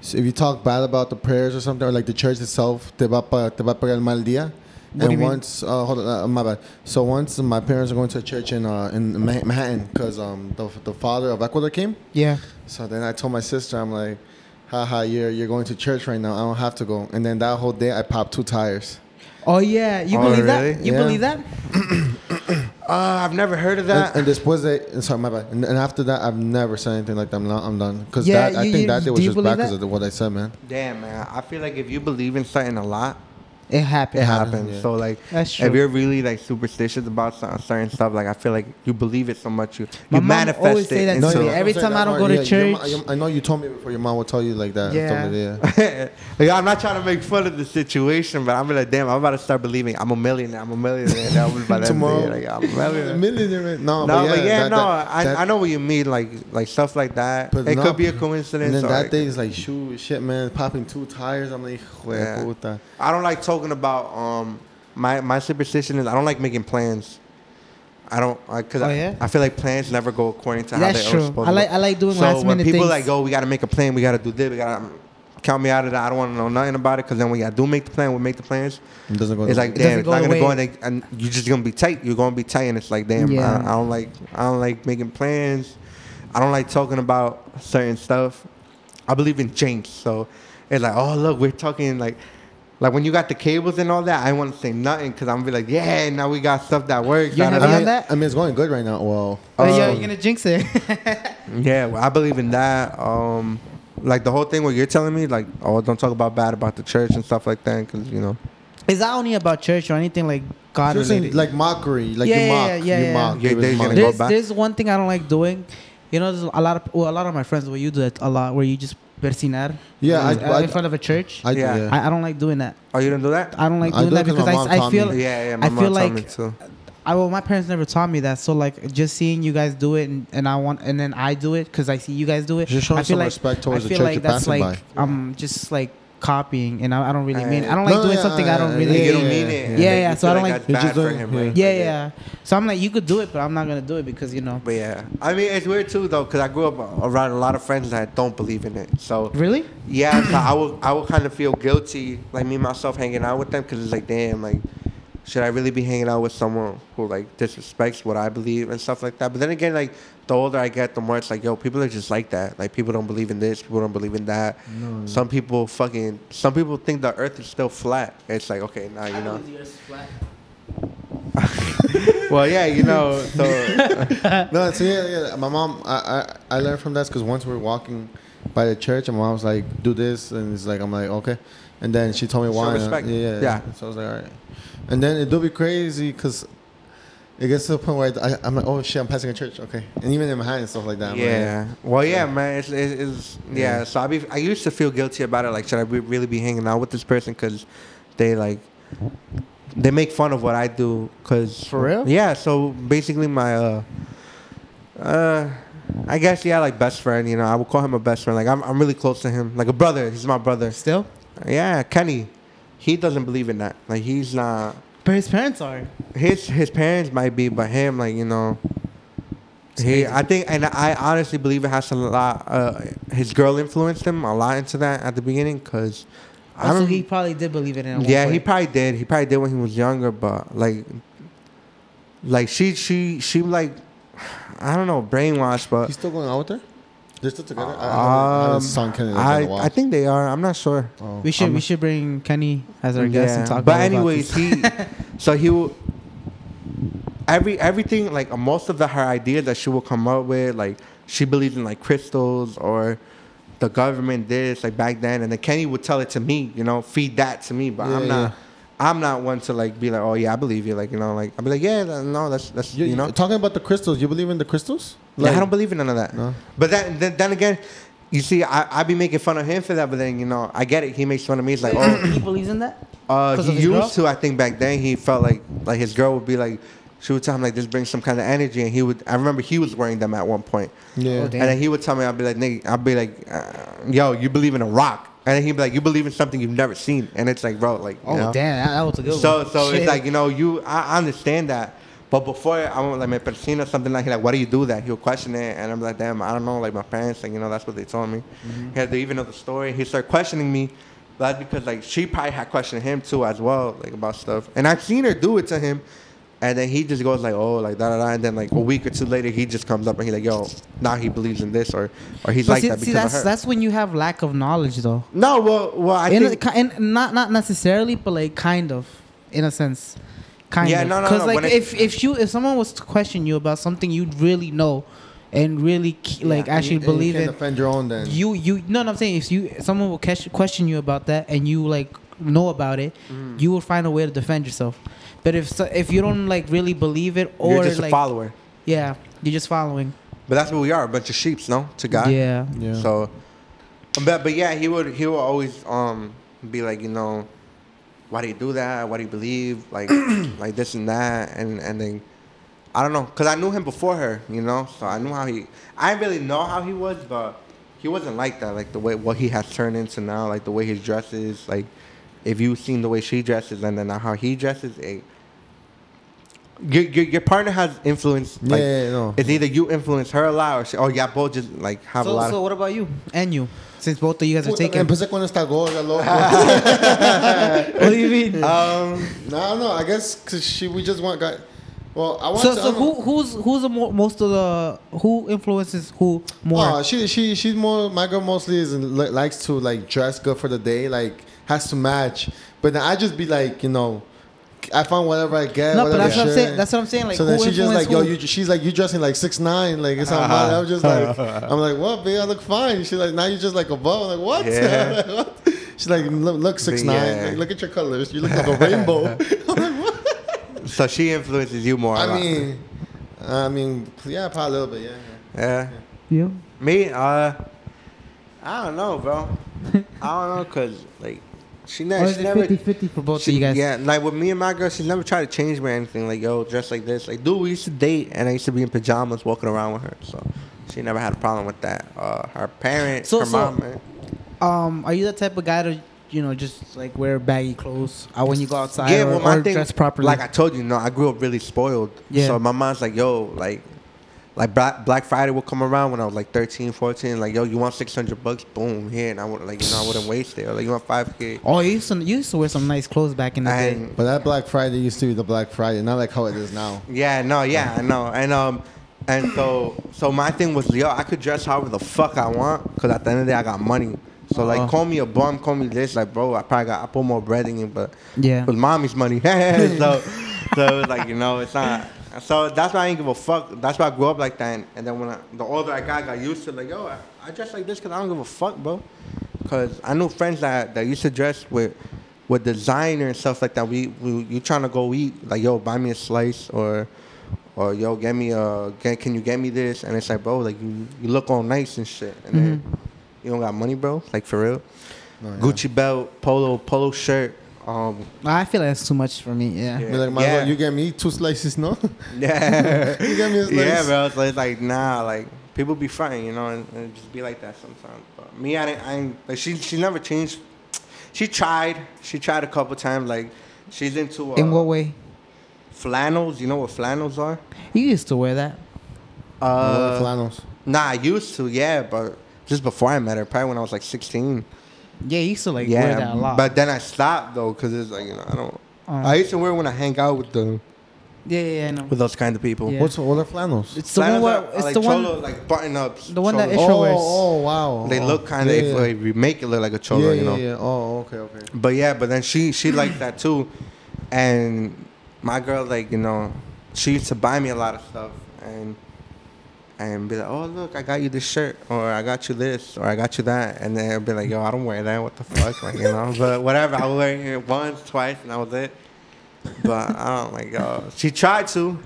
[SPEAKER 1] so if you talk bad about the prayers or something, or like the church itself, te va pa- te va a pegar el mal día.
[SPEAKER 2] What do you
[SPEAKER 1] and
[SPEAKER 2] mean?
[SPEAKER 1] once, uh, hold on, uh, my bad. So once my parents are going to a church in uh, in Ma- Manhattan because um the, the father of Ecuador came.
[SPEAKER 2] Yeah.
[SPEAKER 1] So then I told my sister, I'm like, haha, you're you're going to church right now. I don't have to go. And then that whole day, I popped two tires.
[SPEAKER 2] Oh yeah, you
[SPEAKER 3] Oh,
[SPEAKER 2] believe
[SPEAKER 3] really?
[SPEAKER 2] that? You
[SPEAKER 1] Yeah.
[SPEAKER 2] believe that?
[SPEAKER 3] Uh, I've never heard of
[SPEAKER 1] And,
[SPEAKER 3] that.
[SPEAKER 1] and después de, and sorry, my bad. And, and after that, I've never said anything like that. I'm, not, I'm done. Because
[SPEAKER 2] Yeah,
[SPEAKER 1] that, I
[SPEAKER 2] you-
[SPEAKER 1] think
[SPEAKER 2] you-
[SPEAKER 1] that day
[SPEAKER 2] do
[SPEAKER 1] was
[SPEAKER 2] you
[SPEAKER 1] just
[SPEAKER 2] believe
[SPEAKER 1] bad because
[SPEAKER 2] that?
[SPEAKER 1] of the- what I said, man.
[SPEAKER 3] Damn, man. I feel like if you believe in something a lot,
[SPEAKER 2] It
[SPEAKER 3] it
[SPEAKER 2] happened.
[SPEAKER 3] happens.
[SPEAKER 1] yeah.
[SPEAKER 3] So like,
[SPEAKER 2] That's
[SPEAKER 3] if
[SPEAKER 2] true.
[SPEAKER 3] you're really like superstitious about some- certain stuff, like I feel like you believe it so much, you
[SPEAKER 2] My
[SPEAKER 3] you
[SPEAKER 2] mom
[SPEAKER 3] manifest
[SPEAKER 2] always
[SPEAKER 3] it.
[SPEAKER 2] say that
[SPEAKER 1] No,
[SPEAKER 2] to
[SPEAKER 1] yeah,
[SPEAKER 2] me.
[SPEAKER 1] I'm
[SPEAKER 2] Every
[SPEAKER 1] saying
[SPEAKER 2] time
[SPEAKER 1] that
[SPEAKER 2] I don't
[SPEAKER 1] part.
[SPEAKER 2] go to
[SPEAKER 1] Yeah, your ma-
[SPEAKER 2] church-
[SPEAKER 1] your- I know you told me before. Your mom would tell you like that. I told her, yeah.
[SPEAKER 3] Yo, I'm not trying to make fun of the situation, but I'm like, damn, I'm about to start believing I'm a millionaire. I'm a millionaire. That was by the end of the
[SPEAKER 1] Tomorrow,
[SPEAKER 3] year, like, I'm a millionaire.
[SPEAKER 1] Millionaire, man. No,
[SPEAKER 3] No, but yeah,
[SPEAKER 1] that-
[SPEAKER 3] no,
[SPEAKER 1] that-
[SPEAKER 3] I,
[SPEAKER 1] that-
[SPEAKER 3] I know what you mean, like like stuff like that.
[SPEAKER 1] But
[SPEAKER 3] it
[SPEAKER 1] no,
[SPEAKER 3] could be a
[SPEAKER 1] And
[SPEAKER 3] coincidence.
[SPEAKER 1] then
[SPEAKER 3] or,
[SPEAKER 1] that
[SPEAKER 3] like,
[SPEAKER 1] day is like, shoot, shit, man, popping two tires. I'm like, Joder,
[SPEAKER 3] Yeah.
[SPEAKER 1] puta.
[SPEAKER 3] I don't like talking about um my my superstition is I don't like making plans. I don't like because
[SPEAKER 2] Oh,
[SPEAKER 3] I,
[SPEAKER 2] yeah?
[SPEAKER 3] I feel like plans never go according to how
[SPEAKER 2] That's
[SPEAKER 3] they're
[SPEAKER 2] true.
[SPEAKER 3] supposed
[SPEAKER 2] I
[SPEAKER 3] to.
[SPEAKER 2] like-
[SPEAKER 3] go.
[SPEAKER 2] I like doing
[SPEAKER 3] so
[SPEAKER 2] last
[SPEAKER 3] when
[SPEAKER 2] minute
[SPEAKER 3] people
[SPEAKER 2] things.
[SPEAKER 3] like oh we gotta make a plan we gotta do this we gotta um, count me out of that I don't want to know nothing about it because then when I do make the plan we make the plans
[SPEAKER 1] It doesn't go.
[SPEAKER 3] it's
[SPEAKER 1] no-
[SPEAKER 3] like
[SPEAKER 2] It doesn't
[SPEAKER 3] damn it's
[SPEAKER 2] go
[SPEAKER 3] not gonna
[SPEAKER 2] away.
[SPEAKER 3] go in and, and you're just gonna be tight you're gonna be tight and it's like damn
[SPEAKER 2] Yeah.
[SPEAKER 3] I, I don't like I don't like making plans I don't like talking about certain stuff I believe in change so it's like oh look we're talking like like when you got the cables and all that I want to say nothing because I'm be like yeah now we got stuff that works
[SPEAKER 2] You're
[SPEAKER 3] da, da,
[SPEAKER 1] I
[SPEAKER 2] heavy
[SPEAKER 3] da.
[SPEAKER 2] on
[SPEAKER 1] mean,
[SPEAKER 2] that?
[SPEAKER 1] I mean, it's going good right now. Well,
[SPEAKER 2] But yeah,
[SPEAKER 3] Um,
[SPEAKER 2] you're gonna jinx it.
[SPEAKER 3] Yeah, well, I believe in that. Um, like the whole thing what you're telling me, like, oh, don't talk about bad about the church and stuff like that, because you know,
[SPEAKER 2] Is that only about church or anything like God
[SPEAKER 1] you're saying
[SPEAKER 2] related?
[SPEAKER 1] like mockery, like
[SPEAKER 2] Yeah,
[SPEAKER 1] you
[SPEAKER 2] yeah,
[SPEAKER 1] mock,
[SPEAKER 2] yeah, yeah,
[SPEAKER 1] you
[SPEAKER 2] yeah.
[SPEAKER 1] mock.
[SPEAKER 3] Yeah,
[SPEAKER 1] It was
[SPEAKER 3] they're gonna
[SPEAKER 1] mock.
[SPEAKER 3] go
[SPEAKER 2] there's
[SPEAKER 3] back.
[SPEAKER 2] there's one thing I don't like doing. You know, there's a lot of well, a lot of my friends will you do that a lot where you just persinar.
[SPEAKER 1] Yeah, I-
[SPEAKER 2] uh,
[SPEAKER 1] I-
[SPEAKER 2] in front of a church. I,
[SPEAKER 1] I do,
[SPEAKER 3] Yeah.
[SPEAKER 1] yeah.
[SPEAKER 2] I, don't like doing that.
[SPEAKER 3] oh, you don't do that?
[SPEAKER 2] I don't like
[SPEAKER 1] I
[SPEAKER 2] doing
[SPEAKER 1] do it
[SPEAKER 2] that
[SPEAKER 1] 'cause
[SPEAKER 2] because
[SPEAKER 1] my
[SPEAKER 2] I,
[SPEAKER 1] mom
[SPEAKER 2] I
[SPEAKER 1] taught
[SPEAKER 2] feel
[SPEAKER 1] me.
[SPEAKER 3] yeah, yeah. My
[SPEAKER 2] I
[SPEAKER 3] mom
[SPEAKER 2] feel
[SPEAKER 3] told me
[SPEAKER 2] like
[SPEAKER 3] too.
[SPEAKER 2] I well, my parents never taught me that. So like, just seeing you guys do it, and, and I want, and then I do it because I see you guys do it.
[SPEAKER 1] Just showing
[SPEAKER 2] I feel
[SPEAKER 1] some respect towards the
[SPEAKER 2] I feel
[SPEAKER 1] church
[SPEAKER 2] like
[SPEAKER 1] you're
[SPEAKER 2] that's
[SPEAKER 1] passing
[SPEAKER 2] like I'm just like copying, and I, I don't really
[SPEAKER 3] Uh,
[SPEAKER 2] mean. I don't
[SPEAKER 1] no,
[SPEAKER 2] like doing
[SPEAKER 1] yeah,
[SPEAKER 2] something I don't
[SPEAKER 1] uh,
[SPEAKER 2] really.
[SPEAKER 3] Like,
[SPEAKER 1] yeah,
[SPEAKER 3] you don't
[SPEAKER 1] yeah,
[SPEAKER 3] mean
[SPEAKER 1] yeah.
[SPEAKER 3] it.
[SPEAKER 2] Yeah,
[SPEAKER 3] Like,
[SPEAKER 2] yeah, so I
[SPEAKER 3] you feel
[SPEAKER 2] don't like-
[SPEAKER 3] that's
[SPEAKER 1] You're
[SPEAKER 3] bad
[SPEAKER 1] just
[SPEAKER 3] for
[SPEAKER 1] doing-
[SPEAKER 3] him,
[SPEAKER 1] yeah.
[SPEAKER 3] right?
[SPEAKER 2] yeah,
[SPEAKER 3] Like,
[SPEAKER 2] yeah. So I'm like, you could do it, but I'm not gonna do it because you know.
[SPEAKER 3] But yeah, I mean, it's weird too though, because I grew up around a lot of friends that don't believe in it. So
[SPEAKER 2] Really?
[SPEAKER 3] yeah, so I would I would kind of feel guilty, like me myself hanging out with them, because it's like, damn, like, should I really be hanging out with someone who like disrespects what I believe and stuff like that? But then again, like the older I get, the more it's like, yo, people are just like that. Like people don't believe in this, people don't believe in that. Some people fucking, some people think the Earth is still flat. It's like, okay, now you know. Well, yeah, you know. So
[SPEAKER 1] No, so yeah, yeah. My mom, I, I, I learned from that because once we were walking by the church, and my mom was like, "Do this," and it's like, I'm like, "Okay," and then she told me
[SPEAKER 3] Show
[SPEAKER 1] why. and I-
[SPEAKER 3] respect.
[SPEAKER 1] Yeah, yeah,
[SPEAKER 3] Yeah.
[SPEAKER 1] So I was like, "All right," and then it do be crazy because. It gets to the point where I, I, am like, oh shit, I'm passing a church, okay, and even in my hand and stuff like that. I'm like,
[SPEAKER 3] yeah. Well, yeah, man. It's, it's, it's yeah. So I be I used to feel guilty about it. Like, should I be, really be hanging out with this person? Because they like they make fun of what I do. Cause
[SPEAKER 2] For real?
[SPEAKER 3] Yeah. So basically, my uh, uh, I guess yeah, like best friend. You know, I would call him a best friend. Like I'm I'm really close to him. Like a brother. He's my brother.
[SPEAKER 2] Still,
[SPEAKER 3] Yeah, Kenny. He doesn't believe in that. Like he's not.
[SPEAKER 2] but his parents are.
[SPEAKER 3] His his parents might be, but him like you know. He, I think, and I honestly believe it has a lot. Uh, his girl influenced him a lot into that at the beginning, cause I
[SPEAKER 2] Also,
[SPEAKER 3] remember-
[SPEAKER 2] he probably did believe it in. At
[SPEAKER 3] yeah,
[SPEAKER 2] one
[SPEAKER 3] he
[SPEAKER 2] point.
[SPEAKER 3] probably did. He probably did when he was younger, but like, like she she she like, I don't know, brainwashed, but
[SPEAKER 1] He's still going out with her? They're still together? I, I haven't- I
[SPEAKER 3] um,
[SPEAKER 1] haven't sung Kennedy in a
[SPEAKER 3] I
[SPEAKER 1] while.
[SPEAKER 3] I think they are. I'm not sure.
[SPEAKER 1] Oh.
[SPEAKER 2] We should
[SPEAKER 3] I'm-
[SPEAKER 2] we should bring Kenny as our guest and talk.
[SPEAKER 3] But
[SPEAKER 2] all about
[SPEAKER 3] anyways,
[SPEAKER 2] this.
[SPEAKER 3] he so he will every everything like uh, most of the her ideas that she will come up with, like she believes in like crystals or the government this like back then, and then Kenny would tell it to me, you know, feed that to me. But I'm
[SPEAKER 1] Yeah,
[SPEAKER 3] not. I'm not one to like be like, oh yeah, I believe you, like you know, like I'll be like, yeah, th- no, that's that's
[SPEAKER 1] you,
[SPEAKER 3] you, know,
[SPEAKER 1] talking about the crystals, you believe in the crystals?
[SPEAKER 3] Like, I don't believe in none of that.
[SPEAKER 1] No.
[SPEAKER 3] But then, then then again, you see, I I be making fun of him for that, but then you know, I get it. He makes fun of me. He's like, oh,
[SPEAKER 2] he believes in that.
[SPEAKER 3] uh,
[SPEAKER 2] 'Cause of
[SPEAKER 3] he
[SPEAKER 2] his
[SPEAKER 3] used
[SPEAKER 2] girl?
[SPEAKER 3] to. I think back then he felt like like his girl would be like, she would tell him like this brings some kind of energy, and he would. I remember he was wearing them at one point,
[SPEAKER 1] Yeah.
[SPEAKER 2] Oh, damn.
[SPEAKER 3] and then he would tell me, I'd be like, nigga, I'd be like, uh, yo, you believe in a rock, and then he'd be like, you believe in something you've never seen, and it's like, bro, like, you
[SPEAKER 2] Oh
[SPEAKER 3] know?
[SPEAKER 2] damn, that, that was a good
[SPEAKER 3] So
[SPEAKER 2] one.
[SPEAKER 3] so
[SPEAKER 2] Shit.
[SPEAKER 3] it's like you know you I I understand that. But before I was like my persona something like he like why do you do that? He'll question it, and I'm like damn I don't know like my parents like you know that's what they told me.
[SPEAKER 2] Mm-hmm.
[SPEAKER 3] He had to even know the story. He started questioning me. That's because like she probably had questioned him too as well like about stuff. And I've seen her do it to him, And then he just goes like, oh, like da da da. And then like a week or two later, he just comes up and he's like, yo, now he believes in this or or he's
[SPEAKER 2] But
[SPEAKER 3] like
[SPEAKER 2] see,
[SPEAKER 3] that because
[SPEAKER 2] see,
[SPEAKER 3] of her.
[SPEAKER 2] that's that's when you have lack of knowledge, though.
[SPEAKER 3] no, well, well, I
[SPEAKER 2] in a,
[SPEAKER 3] think
[SPEAKER 2] ki- in, not not necessarily, but like kind of, in a sense, kind
[SPEAKER 3] Yeah,
[SPEAKER 2] of.
[SPEAKER 3] no, no,
[SPEAKER 2] Because
[SPEAKER 3] no,
[SPEAKER 2] like
[SPEAKER 3] when it-
[SPEAKER 2] if if you if someone was to question you about something you really know, and really ke- like actually
[SPEAKER 1] And you- and
[SPEAKER 2] believe
[SPEAKER 1] you
[SPEAKER 2] in,
[SPEAKER 1] can defend your own then.
[SPEAKER 2] you you no, no, I'm saying if you someone will ques- question you about that and you like know about it,
[SPEAKER 3] Mm-hmm.
[SPEAKER 2] you will find a way to defend yourself. But if so, if you don't like really believe it or
[SPEAKER 3] you're just
[SPEAKER 2] like
[SPEAKER 3] a follower.
[SPEAKER 2] yeah, you're just following.
[SPEAKER 3] But that's what we are, a bunch of sheeps, no? To God.
[SPEAKER 2] Yeah.
[SPEAKER 1] yeah.
[SPEAKER 3] So, but but yeah, he would he would always um be like you know, why do you do that? Why do you believe like like this and that and and then I don't know because I knew him before her, you know, so I knew how he. I didn't really know how he was, but he wasn't like that. Like the way what he has turned into now, like the way his dresses, like if you've seen the way she dresses and then how he dresses, it. Your, your, your partner has influence. Like,
[SPEAKER 1] Yeah, yeah, no.
[SPEAKER 3] It's either you influence her a lot, or she, oh yeah, both just like have a
[SPEAKER 2] So
[SPEAKER 3] lot.
[SPEAKER 2] so
[SPEAKER 3] of,
[SPEAKER 2] what about you and you? Since both of you guys are
[SPEAKER 1] Puta,
[SPEAKER 2] taken, what
[SPEAKER 1] Empecé con esta gorra, loco.
[SPEAKER 2] do you mean?
[SPEAKER 3] Um,
[SPEAKER 1] no, I don't know. I guess 'cause she we just want guy. Well, I want
[SPEAKER 2] So,
[SPEAKER 1] to. I
[SPEAKER 2] so
[SPEAKER 3] uh,
[SPEAKER 1] don't
[SPEAKER 2] who
[SPEAKER 1] know.
[SPEAKER 2] who's who's the mo- most of the who influences who more?
[SPEAKER 3] Uh,
[SPEAKER 1] Oh, she she she's more. My girl mostly is li- likes to like dress good for the day. Like has to match. But then I just be like, you know, I find whatever I get.
[SPEAKER 2] No, but
[SPEAKER 1] whatever
[SPEAKER 2] that's what I'm
[SPEAKER 1] shirt.
[SPEAKER 2] saying- that's what I'm saying, like,
[SPEAKER 1] so then
[SPEAKER 2] who
[SPEAKER 1] she's just like, yo,
[SPEAKER 2] influenced who?
[SPEAKER 1] you. She's like, you dressing like six nine. Like it's not mine. I'm just like, I'm like, what, babe? I look fine. She's like, now you just like above. I'm like, what?
[SPEAKER 3] Yeah.
[SPEAKER 1] What? She's like, look, look six nine.
[SPEAKER 3] Yeah.
[SPEAKER 1] Like, look at your colors. You look like a rainbow.
[SPEAKER 3] so she influences you more. a
[SPEAKER 1] I
[SPEAKER 3] lot.
[SPEAKER 1] mean, I mean, yeah, probably a little bit. Yeah. yeah.
[SPEAKER 3] yeah.
[SPEAKER 2] Yeah.
[SPEAKER 3] Me, uh, I don't know, bro. I don't know, cause like she
[SPEAKER 2] Or
[SPEAKER 3] never,
[SPEAKER 2] is
[SPEAKER 3] she
[SPEAKER 2] it
[SPEAKER 3] never,
[SPEAKER 2] 50-50 for both
[SPEAKER 3] she,
[SPEAKER 2] of you guys?
[SPEAKER 3] yeah, like with me and my girl, she's never tried to change me or anything. Like yo, dress like this, like dude, we used to date, and I used to be in pajamas walking around with her, so she never had a problem with that. Uh, her parents,
[SPEAKER 2] So-
[SPEAKER 3] her
[SPEAKER 2] so-
[SPEAKER 3] mom, man.
[SPEAKER 2] Um, are you the type of guy to you know just like wear baggy clothes uh, when you go outside
[SPEAKER 3] yeah,
[SPEAKER 2] or,
[SPEAKER 3] well, my
[SPEAKER 2] or
[SPEAKER 3] thing,
[SPEAKER 2] dress properly?
[SPEAKER 3] Like I told you, no, I grew up really spoiled.
[SPEAKER 2] Yeah.
[SPEAKER 3] So my mom's like, yo, like, like Black, Black Friday would come around when I was like 13, 14. Like, yo, you want 600 bucks? Boom, here. And I would, like, you know, I wouldn't waste it. Or, like, you want 5K?
[SPEAKER 2] oh, you used to you used to wear some nice clothes back in the day.
[SPEAKER 3] And
[SPEAKER 1] But that Black Friday used to be the Black Friday, not like how it is now.
[SPEAKER 3] yeah, no, yeah, I know. And, um, and so, so my thing was, yo, I could dress however the fuck I want because at the end of the day, I got money. So,
[SPEAKER 2] Uh-huh.
[SPEAKER 3] like, call me a bum, call me this. Like, bro, I probably got, I put more bread in it, but
[SPEAKER 2] Yeah.
[SPEAKER 3] with mommy's money. so, so it's like you know, it's not. So that's why I didn't give a fuck. That's why I grew up like that. And, and then when I, the older I got, I got used to like, yo, I, I dress like this because I don't give a fuck, bro. Because I knew friends that, that used to dress with with designer and stuff like that. We, we you trying to go eat like, yo, buy me a slice or or yo, get me a get, can you get me this? And it's like, bro, like you, you look all nice and shit. And then you don't got money, bro. Like for real. Gucci belt, polo, polo shirt, um,
[SPEAKER 2] I feel like that's too much for me. Yeah.
[SPEAKER 1] Be like, might as
[SPEAKER 3] Yeah.
[SPEAKER 1] well, you get me two slices, no?
[SPEAKER 3] Yeah.
[SPEAKER 1] You get me a
[SPEAKER 3] Yeah,
[SPEAKER 1] slice?
[SPEAKER 3] bro. So it's like, nah, like people be fronting, you know, and, and it just be like that sometimes. But me, I didn't, I didn't, like she, she never changed. She tried. She tried a couple times. Like she's into uh,
[SPEAKER 2] In what way?
[SPEAKER 3] flannels. You know what flannels are?
[SPEAKER 2] You used to wear that.
[SPEAKER 1] Or
[SPEAKER 3] Uh,
[SPEAKER 1] flannels.
[SPEAKER 3] nah, I used to, yeah, but just before I met her, probably when I was like 16.
[SPEAKER 2] Yeah, you used to like wear that
[SPEAKER 3] Yeah,
[SPEAKER 2] a lot.
[SPEAKER 3] but then I stopped though, cause it's like you know, I don't.
[SPEAKER 2] Um,
[SPEAKER 3] I used to wear when I hang out with the
[SPEAKER 2] yeah, yeah, yeah, I know.
[SPEAKER 3] with those kind of people.
[SPEAKER 2] Yeah.
[SPEAKER 1] What's what are flannels?
[SPEAKER 2] It's the one
[SPEAKER 3] Flannels
[SPEAKER 2] where
[SPEAKER 3] are- are
[SPEAKER 2] it's
[SPEAKER 3] like
[SPEAKER 2] the one.
[SPEAKER 3] cholo, like button ups.
[SPEAKER 2] the one that It
[SPEAKER 3] cholos.
[SPEAKER 1] oh,
[SPEAKER 2] sure wears.
[SPEAKER 1] oh, wow.
[SPEAKER 3] They
[SPEAKER 1] Oh,
[SPEAKER 3] look kind of
[SPEAKER 1] yeah, yeah.
[SPEAKER 3] if we make it look like a
[SPEAKER 1] yeah,
[SPEAKER 3] cholo, you know.
[SPEAKER 1] yeah, yeah. Oh, okay, okay.
[SPEAKER 3] But yeah, but then she she liked that too, and my girl like you know she used to buy me a lot of stuff and and be like, oh look, I got you this shirt or I got you this or I got you that, and then I'd be like, yo, I don't wear that. What the fuck, like you know. But whatever, I wear it once, twice, and that was it. But I don't like yo. She tried to.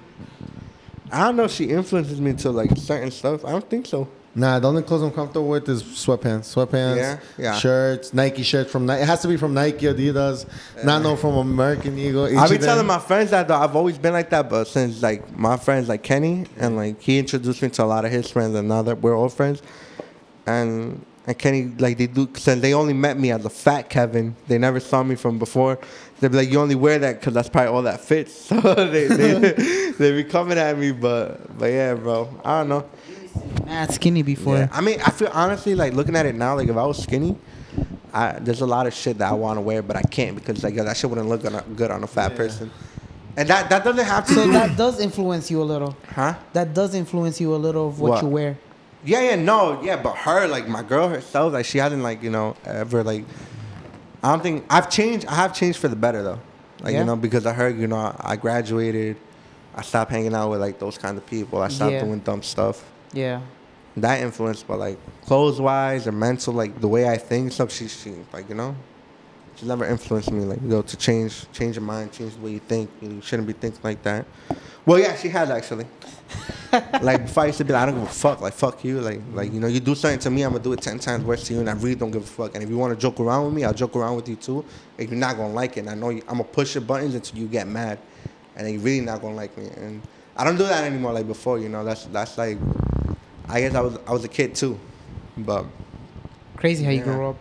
[SPEAKER 3] I don't know if she influences me to like certain stuff. I don't think so.
[SPEAKER 1] Nah, the only clothes I'm comfortable with is sweatpants, sweatpants,
[SPEAKER 3] Yeah, yeah.
[SPEAKER 1] shirts, Nike shirts from Nike. It has to be from Nike, Adidas, not no from American Eagle.
[SPEAKER 3] I be
[SPEAKER 1] H&M.
[SPEAKER 3] telling my friends that though. I've always been like that, but since like my friends like Kenny and like he introduced me to a lot of his friends, and now that we're all friends, and and Kenny like they do since they only met me as a fat Kevin, they never saw me from before. They be like, you only wear that because that's probably all that fits. So they they, they be coming at me, but but yeah, bro, I don't know.
[SPEAKER 2] mad skinny before.
[SPEAKER 3] Yeah. I mean, I feel honestly like looking at it now, like if I was skinny, I, there's a lot of shit that I want to wear, but I can't because like yo, that shit wouldn't look on a, good on a fat person. And that that doesn't have to
[SPEAKER 2] So
[SPEAKER 3] do-
[SPEAKER 2] that does influence you a little.
[SPEAKER 3] huh?
[SPEAKER 2] That does influence you a little of what,
[SPEAKER 3] What?
[SPEAKER 2] you wear.
[SPEAKER 3] Yeah, yeah, no, yeah, but her, like my girl herself, like she hasn't like, you know, ever like I don't think I've changed I have changed for the better though. Like,
[SPEAKER 2] Yeah?
[SPEAKER 3] you know, because of her, you know, I graduated, I stopped hanging out with like those kind of people. I stopped
[SPEAKER 2] Yeah.
[SPEAKER 3] doing dumb stuff.
[SPEAKER 2] Yeah.
[SPEAKER 3] That influence, but like clothes wise or mental, like the way I think stuff, she she like, you know. She never influenced me, like, you know, to change change your mind, change the way you think. You shouldn't be thinking like that. Well, yeah, she has actually like before I used to be like, I don't give a fuck. Like fuck you. Like like you know, you do something to me, I'm gonna do it ten times worse to you, and I really don't give a fuck. And if you want to joke around with me, I'll joke around with you too. If you're not gonna like it, and I know you, I'm gonna push your buttons until you get mad, and then you're really not gonna like me. And I don't do that anymore. Like before, you know, that's that's like, I guess I was I was a kid too, but
[SPEAKER 2] Crazy how you
[SPEAKER 3] Yeah.
[SPEAKER 2] grow up.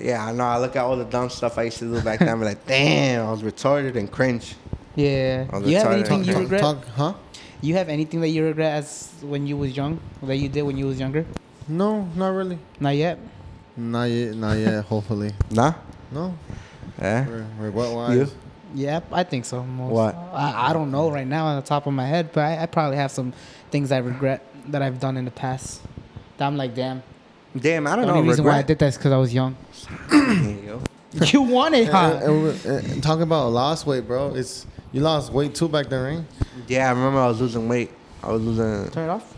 [SPEAKER 3] yeah, I know. I look at all the dumb stuff I used to do back then. I'm like, damn, I was retarded and cringe.
[SPEAKER 2] Yeah.
[SPEAKER 3] Oh,
[SPEAKER 2] You
[SPEAKER 3] that's
[SPEAKER 2] have
[SPEAKER 3] how it
[SPEAKER 2] anything
[SPEAKER 3] is.
[SPEAKER 2] you
[SPEAKER 1] Talk-
[SPEAKER 2] regret?
[SPEAKER 1] talk- huh?
[SPEAKER 2] You have anything that you regret as when you was young that you did when you was younger?
[SPEAKER 1] No, not really.
[SPEAKER 2] Not yet.
[SPEAKER 1] Not yet. Not yet. hopefully,
[SPEAKER 3] Nah.
[SPEAKER 1] no.
[SPEAKER 3] Yeah.
[SPEAKER 1] We're, we're what wise.
[SPEAKER 3] You?
[SPEAKER 2] Yep, I think so. Most.
[SPEAKER 3] What?
[SPEAKER 2] I, I don't know right now on the top of my head, but I, I probably have some things I regret that I've done in the past. That I'm like, damn.
[SPEAKER 3] Damn, I
[SPEAKER 2] The
[SPEAKER 3] don't
[SPEAKER 2] only
[SPEAKER 3] know.
[SPEAKER 2] reason why I
[SPEAKER 3] Regret.
[SPEAKER 2] did that is because I was young.
[SPEAKER 3] Yo.
[SPEAKER 2] you want it,
[SPEAKER 1] And-
[SPEAKER 2] huh?
[SPEAKER 1] and we're- and- and talking about lost weight, bro. It's you lost weight too back then, right?
[SPEAKER 3] Yeah, I remember I was losing weight. I was losing.
[SPEAKER 2] Turn it off.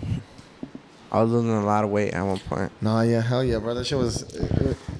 [SPEAKER 3] I was losing a lot of weight at one point.
[SPEAKER 1] Nah, yeah, hell yeah, bro. That shit was.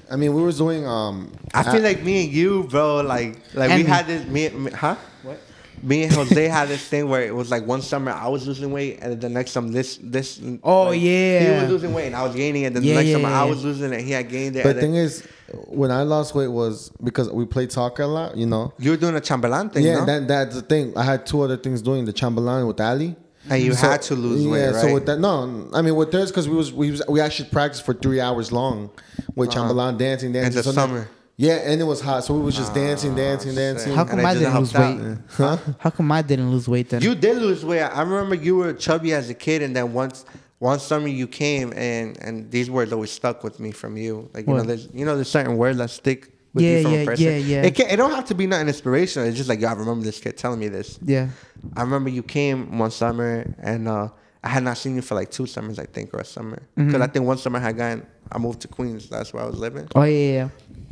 [SPEAKER 1] I mean, we were doing. Um,
[SPEAKER 3] I feel
[SPEAKER 1] a-
[SPEAKER 3] like me and you, bro, like like
[SPEAKER 2] And me.
[SPEAKER 3] we had this me, me huh?
[SPEAKER 2] What?
[SPEAKER 3] Me and Jose had this thing where it was like one summer I was losing weight and then the next summer this this
[SPEAKER 2] Oh,
[SPEAKER 3] like,
[SPEAKER 2] yeah.
[SPEAKER 3] he was losing weight and I was gaining it. Then
[SPEAKER 2] Yeah,
[SPEAKER 3] the next
[SPEAKER 2] yeah,
[SPEAKER 3] summer
[SPEAKER 2] yeah,
[SPEAKER 3] I
[SPEAKER 2] yeah.
[SPEAKER 3] was losing it. He had gained it.
[SPEAKER 1] The
[SPEAKER 3] and then-
[SPEAKER 1] thing is, when I lost weight was because we played soccer a lot, you know.
[SPEAKER 3] you were doing a chambelan thing,
[SPEAKER 1] yeah,
[SPEAKER 3] no?
[SPEAKER 1] that that's the thing. I had two other things doing the chambelan with Ali.
[SPEAKER 3] and you had to lose
[SPEAKER 1] yeah,
[SPEAKER 3] weight, right?
[SPEAKER 1] so with that, no, I mean with theirs because we was we was, we actually practiced for three hours long with chambelan dancing, dancing.
[SPEAKER 3] Uh-huh. the
[SPEAKER 1] so that-
[SPEAKER 3] summer. Ah,
[SPEAKER 1] Yeah, and it was hot, so we was just dancing, dancing, dancing.
[SPEAKER 2] How
[SPEAKER 3] And
[SPEAKER 2] come
[SPEAKER 3] it
[SPEAKER 2] I
[SPEAKER 3] didn't
[SPEAKER 2] didn't lose
[SPEAKER 3] help out.
[SPEAKER 2] weight?
[SPEAKER 1] Huh?
[SPEAKER 2] How come I didn't lose weight then?
[SPEAKER 3] You did lose weight. I remember you were chubby as a kid, and then once one summer you came, and and these words always stuck with me from you. Like you know,
[SPEAKER 2] What?
[SPEAKER 3] there's you know, there's certain words that stick with
[SPEAKER 2] Yeah,
[SPEAKER 3] you from
[SPEAKER 2] yeah,
[SPEAKER 3] a person.
[SPEAKER 2] yeah, yeah.
[SPEAKER 3] It can, it don't have to be nothing inspirational. It's just like, yo, I remember this kid telling me this.
[SPEAKER 2] yeah.
[SPEAKER 3] I remember you came one summer, and uh, I had not seen you for like two summers, I think, or a summer.
[SPEAKER 2] Mm-hmm.
[SPEAKER 3] Because I think one summer I had gotten, I moved to Queens. That's where I was living
[SPEAKER 2] Oh yeah, yeah.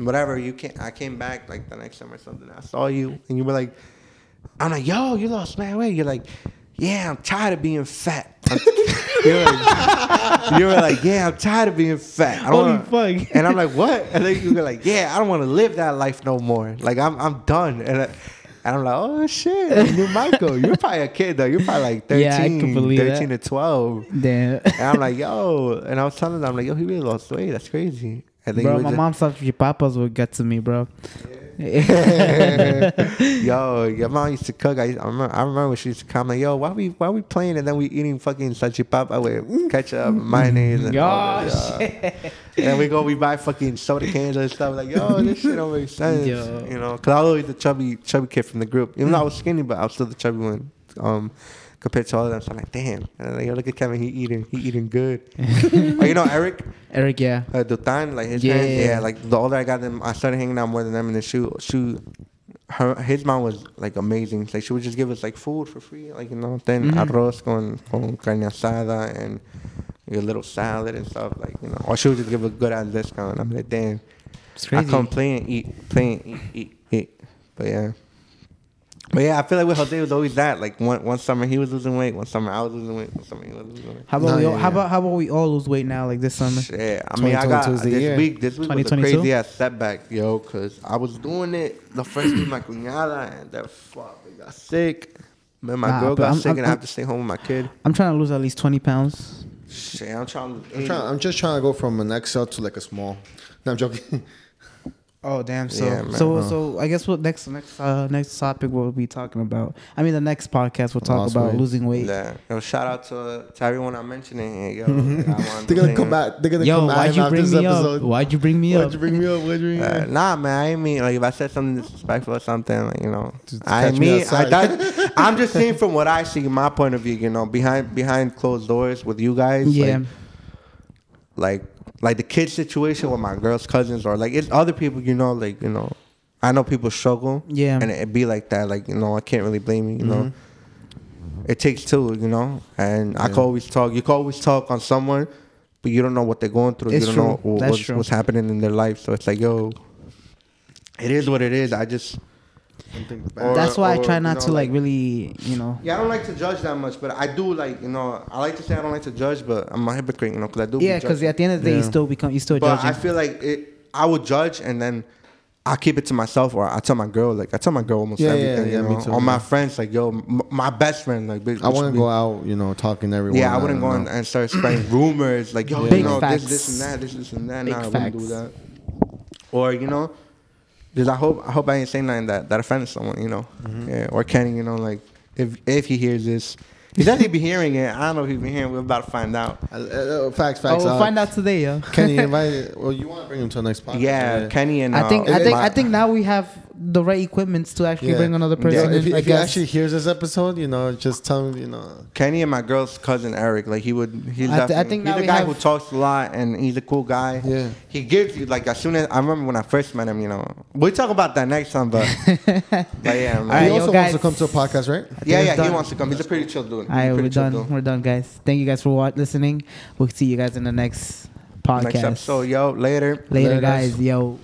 [SPEAKER 3] whatever you came I came back like the next time or something. I saw you and you were like, I'm like, yo, you lost mad weight. You're like, yeah, I'm tired of being fat. I'm- you, were like, you were like, yeah, I'm tired of being fat. I don't
[SPEAKER 2] Holy
[SPEAKER 3] wanna-"
[SPEAKER 2] fuck.
[SPEAKER 3] And I'm like, what? And then you were like, yeah, I don't want to live that life no more. Like I'm I'm done. And, I, and I'm like, oh shit, you Michael, you're probably a kid though. You're probably like 13,
[SPEAKER 2] Yeah, I can believe that.
[SPEAKER 3] 13 to 12.
[SPEAKER 2] yeah. Damn.
[SPEAKER 3] And I'm like, yo, and I was telling them, I'm like, yo, he really lost weight. That's crazy. And then you
[SPEAKER 2] bro,
[SPEAKER 3] were
[SPEAKER 2] my
[SPEAKER 3] just-
[SPEAKER 2] mom thought your papas would get to me, bro.
[SPEAKER 3] yo, your mom used to cook. I, I, remember, I remember when she used to come like, yo, why we why we playing and then we eating fucking salchipapa with ketchup, mayonnaise, and all
[SPEAKER 2] Oh,
[SPEAKER 3] that, yeah. And then we go, we buy fucking soda cans and stuff. Like, yo, this shit don't make sense.
[SPEAKER 2] Yo.
[SPEAKER 3] You know, because I was always the chubby chubby kid from the group. Even though I was skinny, but I was still the chubby one. Um. Compared to all of them, so I'm like, damn. And I'm like, yo, look at Kevin, he eating, he eating good. or, you know, Eric,
[SPEAKER 2] Eric, yeah.
[SPEAKER 3] uh, Dutan, like his
[SPEAKER 2] Yeah.
[SPEAKER 3] parents, yeah, like the older I got them, I started hanging out more than them. And then she, she, her, his mom was like amazing. Like she would just give us like food for free, like you know, then arroz con con carne asada and your little salad and stuff, like you know. Or she would just give a good ass discount. I'm like, damn,
[SPEAKER 2] It's
[SPEAKER 3] I
[SPEAKER 2] crazy.
[SPEAKER 3] come play and eat, play and eat, eat, eat. But yeah. But yeah, I feel like with Jose it was always that. Like one one summer he was losing weight, one summer I was losing weight, one summer he was losing weight.
[SPEAKER 2] How about
[SPEAKER 1] No,
[SPEAKER 2] we all,
[SPEAKER 1] yeah,
[SPEAKER 2] how
[SPEAKER 1] yeah.
[SPEAKER 2] about how about we all lose weight now like this summer?
[SPEAKER 3] Shit, Eh, I mean, I got
[SPEAKER 1] 2022 is
[SPEAKER 3] this
[SPEAKER 1] the year.
[SPEAKER 3] week. This week was a
[SPEAKER 2] 2022?
[SPEAKER 3] crazy ass setback, yo, because I was doing it the first week with my cuñada, and that fuck, we got sick. Man, my
[SPEAKER 2] Nah,
[SPEAKER 3] girl
[SPEAKER 2] but
[SPEAKER 3] got
[SPEAKER 2] I'm-
[SPEAKER 3] sick, and
[SPEAKER 2] I'm-
[SPEAKER 3] I have to stay home with my kid.
[SPEAKER 2] I'm trying to lose at least 20 pounds.
[SPEAKER 3] Shit, I'm trying to.
[SPEAKER 1] I'm, trying, I'm just trying to go from an XL to like a small. No, I'm joking.
[SPEAKER 2] Oh damn! So
[SPEAKER 3] Yeah, man.
[SPEAKER 2] so so I guess what next next uh, next topic we'll be talking about. I mean the next podcast we'll talk
[SPEAKER 1] Lost
[SPEAKER 2] about
[SPEAKER 1] weight.
[SPEAKER 2] losing weight.
[SPEAKER 3] Yeah. Yo, shout out to, to everyone I'm mentioning here, yo. Like, I wanna
[SPEAKER 1] They're Mm-hmm. gonna
[SPEAKER 3] thank-
[SPEAKER 1] come back. They're gonna
[SPEAKER 2] Yo,
[SPEAKER 1] come
[SPEAKER 2] why'd
[SPEAKER 1] back
[SPEAKER 2] you
[SPEAKER 1] after
[SPEAKER 2] bring
[SPEAKER 1] this
[SPEAKER 2] me
[SPEAKER 1] episode.
[SPEAKER 2] up? Why'd you bring me
[SPEAKER 1] Why'd
[SPEAKER 2] up?
[SPEAKER 1] you bring me up? Why'd you bring me
[SPEAKER 3] Uh,
[SPEAKER 1] up?
[SPEAKER 3] nah, man, I ain't mean like if I said something disrespectful or something, like you know,
[SPEAKER 1] Just
[SPEAKER 3] I
[SPEAKER 1] catch me
[SPEAKER 3] mean I,
[SPEAKER 1] outside.
[SPEAKER 3] that, I'm just saying from what I see, my point of view, you know, behind behind closed doors with you guys,
[SPEAKER 2] Yeah.
[SPEAKER 3] like, like like the kid situation with my girl's cousins or like it's other people you know like you know I know people struggle.
[SPEAKER 2] Yeah.
[SPEAKER 3] And it be like that. Like, you know, I can't really blame you, you know.
[SPEAKER 2] Mm-hmm.
[SPEAKER 3] It takes two, you know. And I
[SPEAKER 1] Yeah.
[SPEAKER 3] could always talk. You could always talk on someone, but you don't know what they're going through.
[SPEAKER 2] It's
[SPEAKER 3] you don't
[SPEAKER 2] true.
[SPEAKER 3] know wh-
[SPEAKER 2] That's
[SPEAKER 3] what's,
[SPEAKER 2] true.
[SPEAKER 3] what's happening in their life. So it's like, yo, it is what it is. I just. or-
[SPEAKER 2] That's why I
[SPEAKER 3] or,
[SPEAKER 2] try
[SPEAKER 3] you
[SPEAKER 2] not
[SPEAKER 3] know,
[SPEAKER 2] to like
[SPEAKER 3] like-
[SPEAKER 2] really, you know.
[SPEAKER 3] Yeah, I don't like to judge that much, but I do like, you know, I like to say I don't like to judge, but I'm a hypocrite, you know, because I do. be
[SPEAKER 2] Yeah, because
[SPEAKER 3] judging.
[SPEAKER 2] at the end of the day, you
[SPEAKER 1] Yeah.
[SPEAKER 2] still become you still
[SPEAKER 3] But
[SPEAKER 2] judging.
[SPEAKER 3] I feel like it. I would judge, and then I keep it to myself, or I tell my girl. Like I tell my girl almost
[SPEAKER 1] Yeah, yeah,
[SPEAKER 3] everything.
[SPEAKER 1] yeah,
[SPEAKER 3] you
[SPEAKER 1] me
[SPEAKER 3] know?
[SPEAKER 1] too,
[SPEAKER 3] Or my
[SPEAKER 1] yeah.
[SPEAKER 3] friends, like yo, m- my best friend, like bitch,
[SPEAKER 1] I wouldn't
[SPEAKER 3] we-
[SPEAKER 1] go out, you know, talking to everyone. uh,
[SPEAKER 3] Yeah, I wouldn't go
[SPEAKER 1] don't
[SPEAKER 3] and,
[SPEAKER 1] know.
[SPEAKER 3] and start spreading rumors like yo,
[SPEAKER 2] Big
[SPEAKER 3] you know,
[SPEAKER 2] facts.
[SPEAKER 3] this, this and that, this, this and that.
[SPEAKER 2] Big
[SPEAKER 3] nah, I wouldn't do
[SPEAKER 2] facts.
[SPEAKER 3] that. Or you know, because I hope I hope I ain't saying nothing that that offends someone. You know,
[SPEAKER 2] Mm-hmm.
[SPEAKER 3] yeah. Or Kenny, you know, like if if he hears this, he said he'd be hearing it. I don't know if he'd be hearing. it. We're about to find out.
[SPEAKER 1] Uh, uh, facts,
[SPEAKER 2] oh,
[SPEAKER 1] facts.
[SPEAKER 2] we'll
[SPEAKER 1] uh,
[SPEAKER 2] find out today, yeah.
[SPEAKER 1] Kenny invited. Well, you want to bring him to the next podcast?
[SPEAKER 3] Yeah, Kenny and
[SPEAKER 2] I think
[SPEAKER 3] uh,
[SPEAKER 2] I think
[SPEAKER 3] my-
[SPEAKER 2] I think now we have the right equipments to actually
[SPEAKER 1] Yeah.
[SPEAKER 2] bring another
[SPEAKER 1] Yo,
[SPEAKER 2] person.
[SPEAKER 1] if
[SPEAKER 2] in,
[SPEAKER 1] he,
[SPEAKER 2] I
[SPEAKER 1] if he
[SPEAKER 2] guess.
[SPEAKER 1] actually hears this episode, you know, just tell him, you know.
[SPEAKER 3] Kenny and my girl's cousin Eric, like he would, he's
[SPEAKER 2] I th- I
[SPEAKER 3] definitely-
[SPEAKER 2] think now
[SPEAKER 3] he's a
[SPEAKER 2] we
[SPEAKER 3] guy
[SPEAKER 2] have-
[SPEAKER 3] who talks a lot and he's a cool guy.
[SPEAKER 1] Yeah.
[SPEAKER 3] he gives you like as soon as I remember when I first met him, you know, we'll talk about that next time, but but yeah, man.
[SPEAKER 2] Alright,
[SPEAKER 1] he
[SPEAKER 2] yo,
[SPEAKER 1] also
[SPEAKER 2] guys.
[SPEAKER 1] wants to come to a podcast, right?
[SPEAKER 3] yeah, yeah,
[SPEAKER 2] Done.
[SPEAKER 3] he wants to come. He's a pretty chill dude. He's a
[SPEAKER 2] All right,
[SPEAKER 3] pretty
[SPEAKER 2] we're
[SPEAKER 3] chill
[SPEAKER 2] done.
[SPEAKER 3] dude.
[SPEAKER 2] We're done, guys. Thank you guys for wa- listening. We'll see you guys in the next podcast.
[SPEAKER 3] Next episode, yo, later.
[SPEAKER 2] Later,
[SPEAKER 1] Later, guys.
[SPEAKER 2] guys. Yo.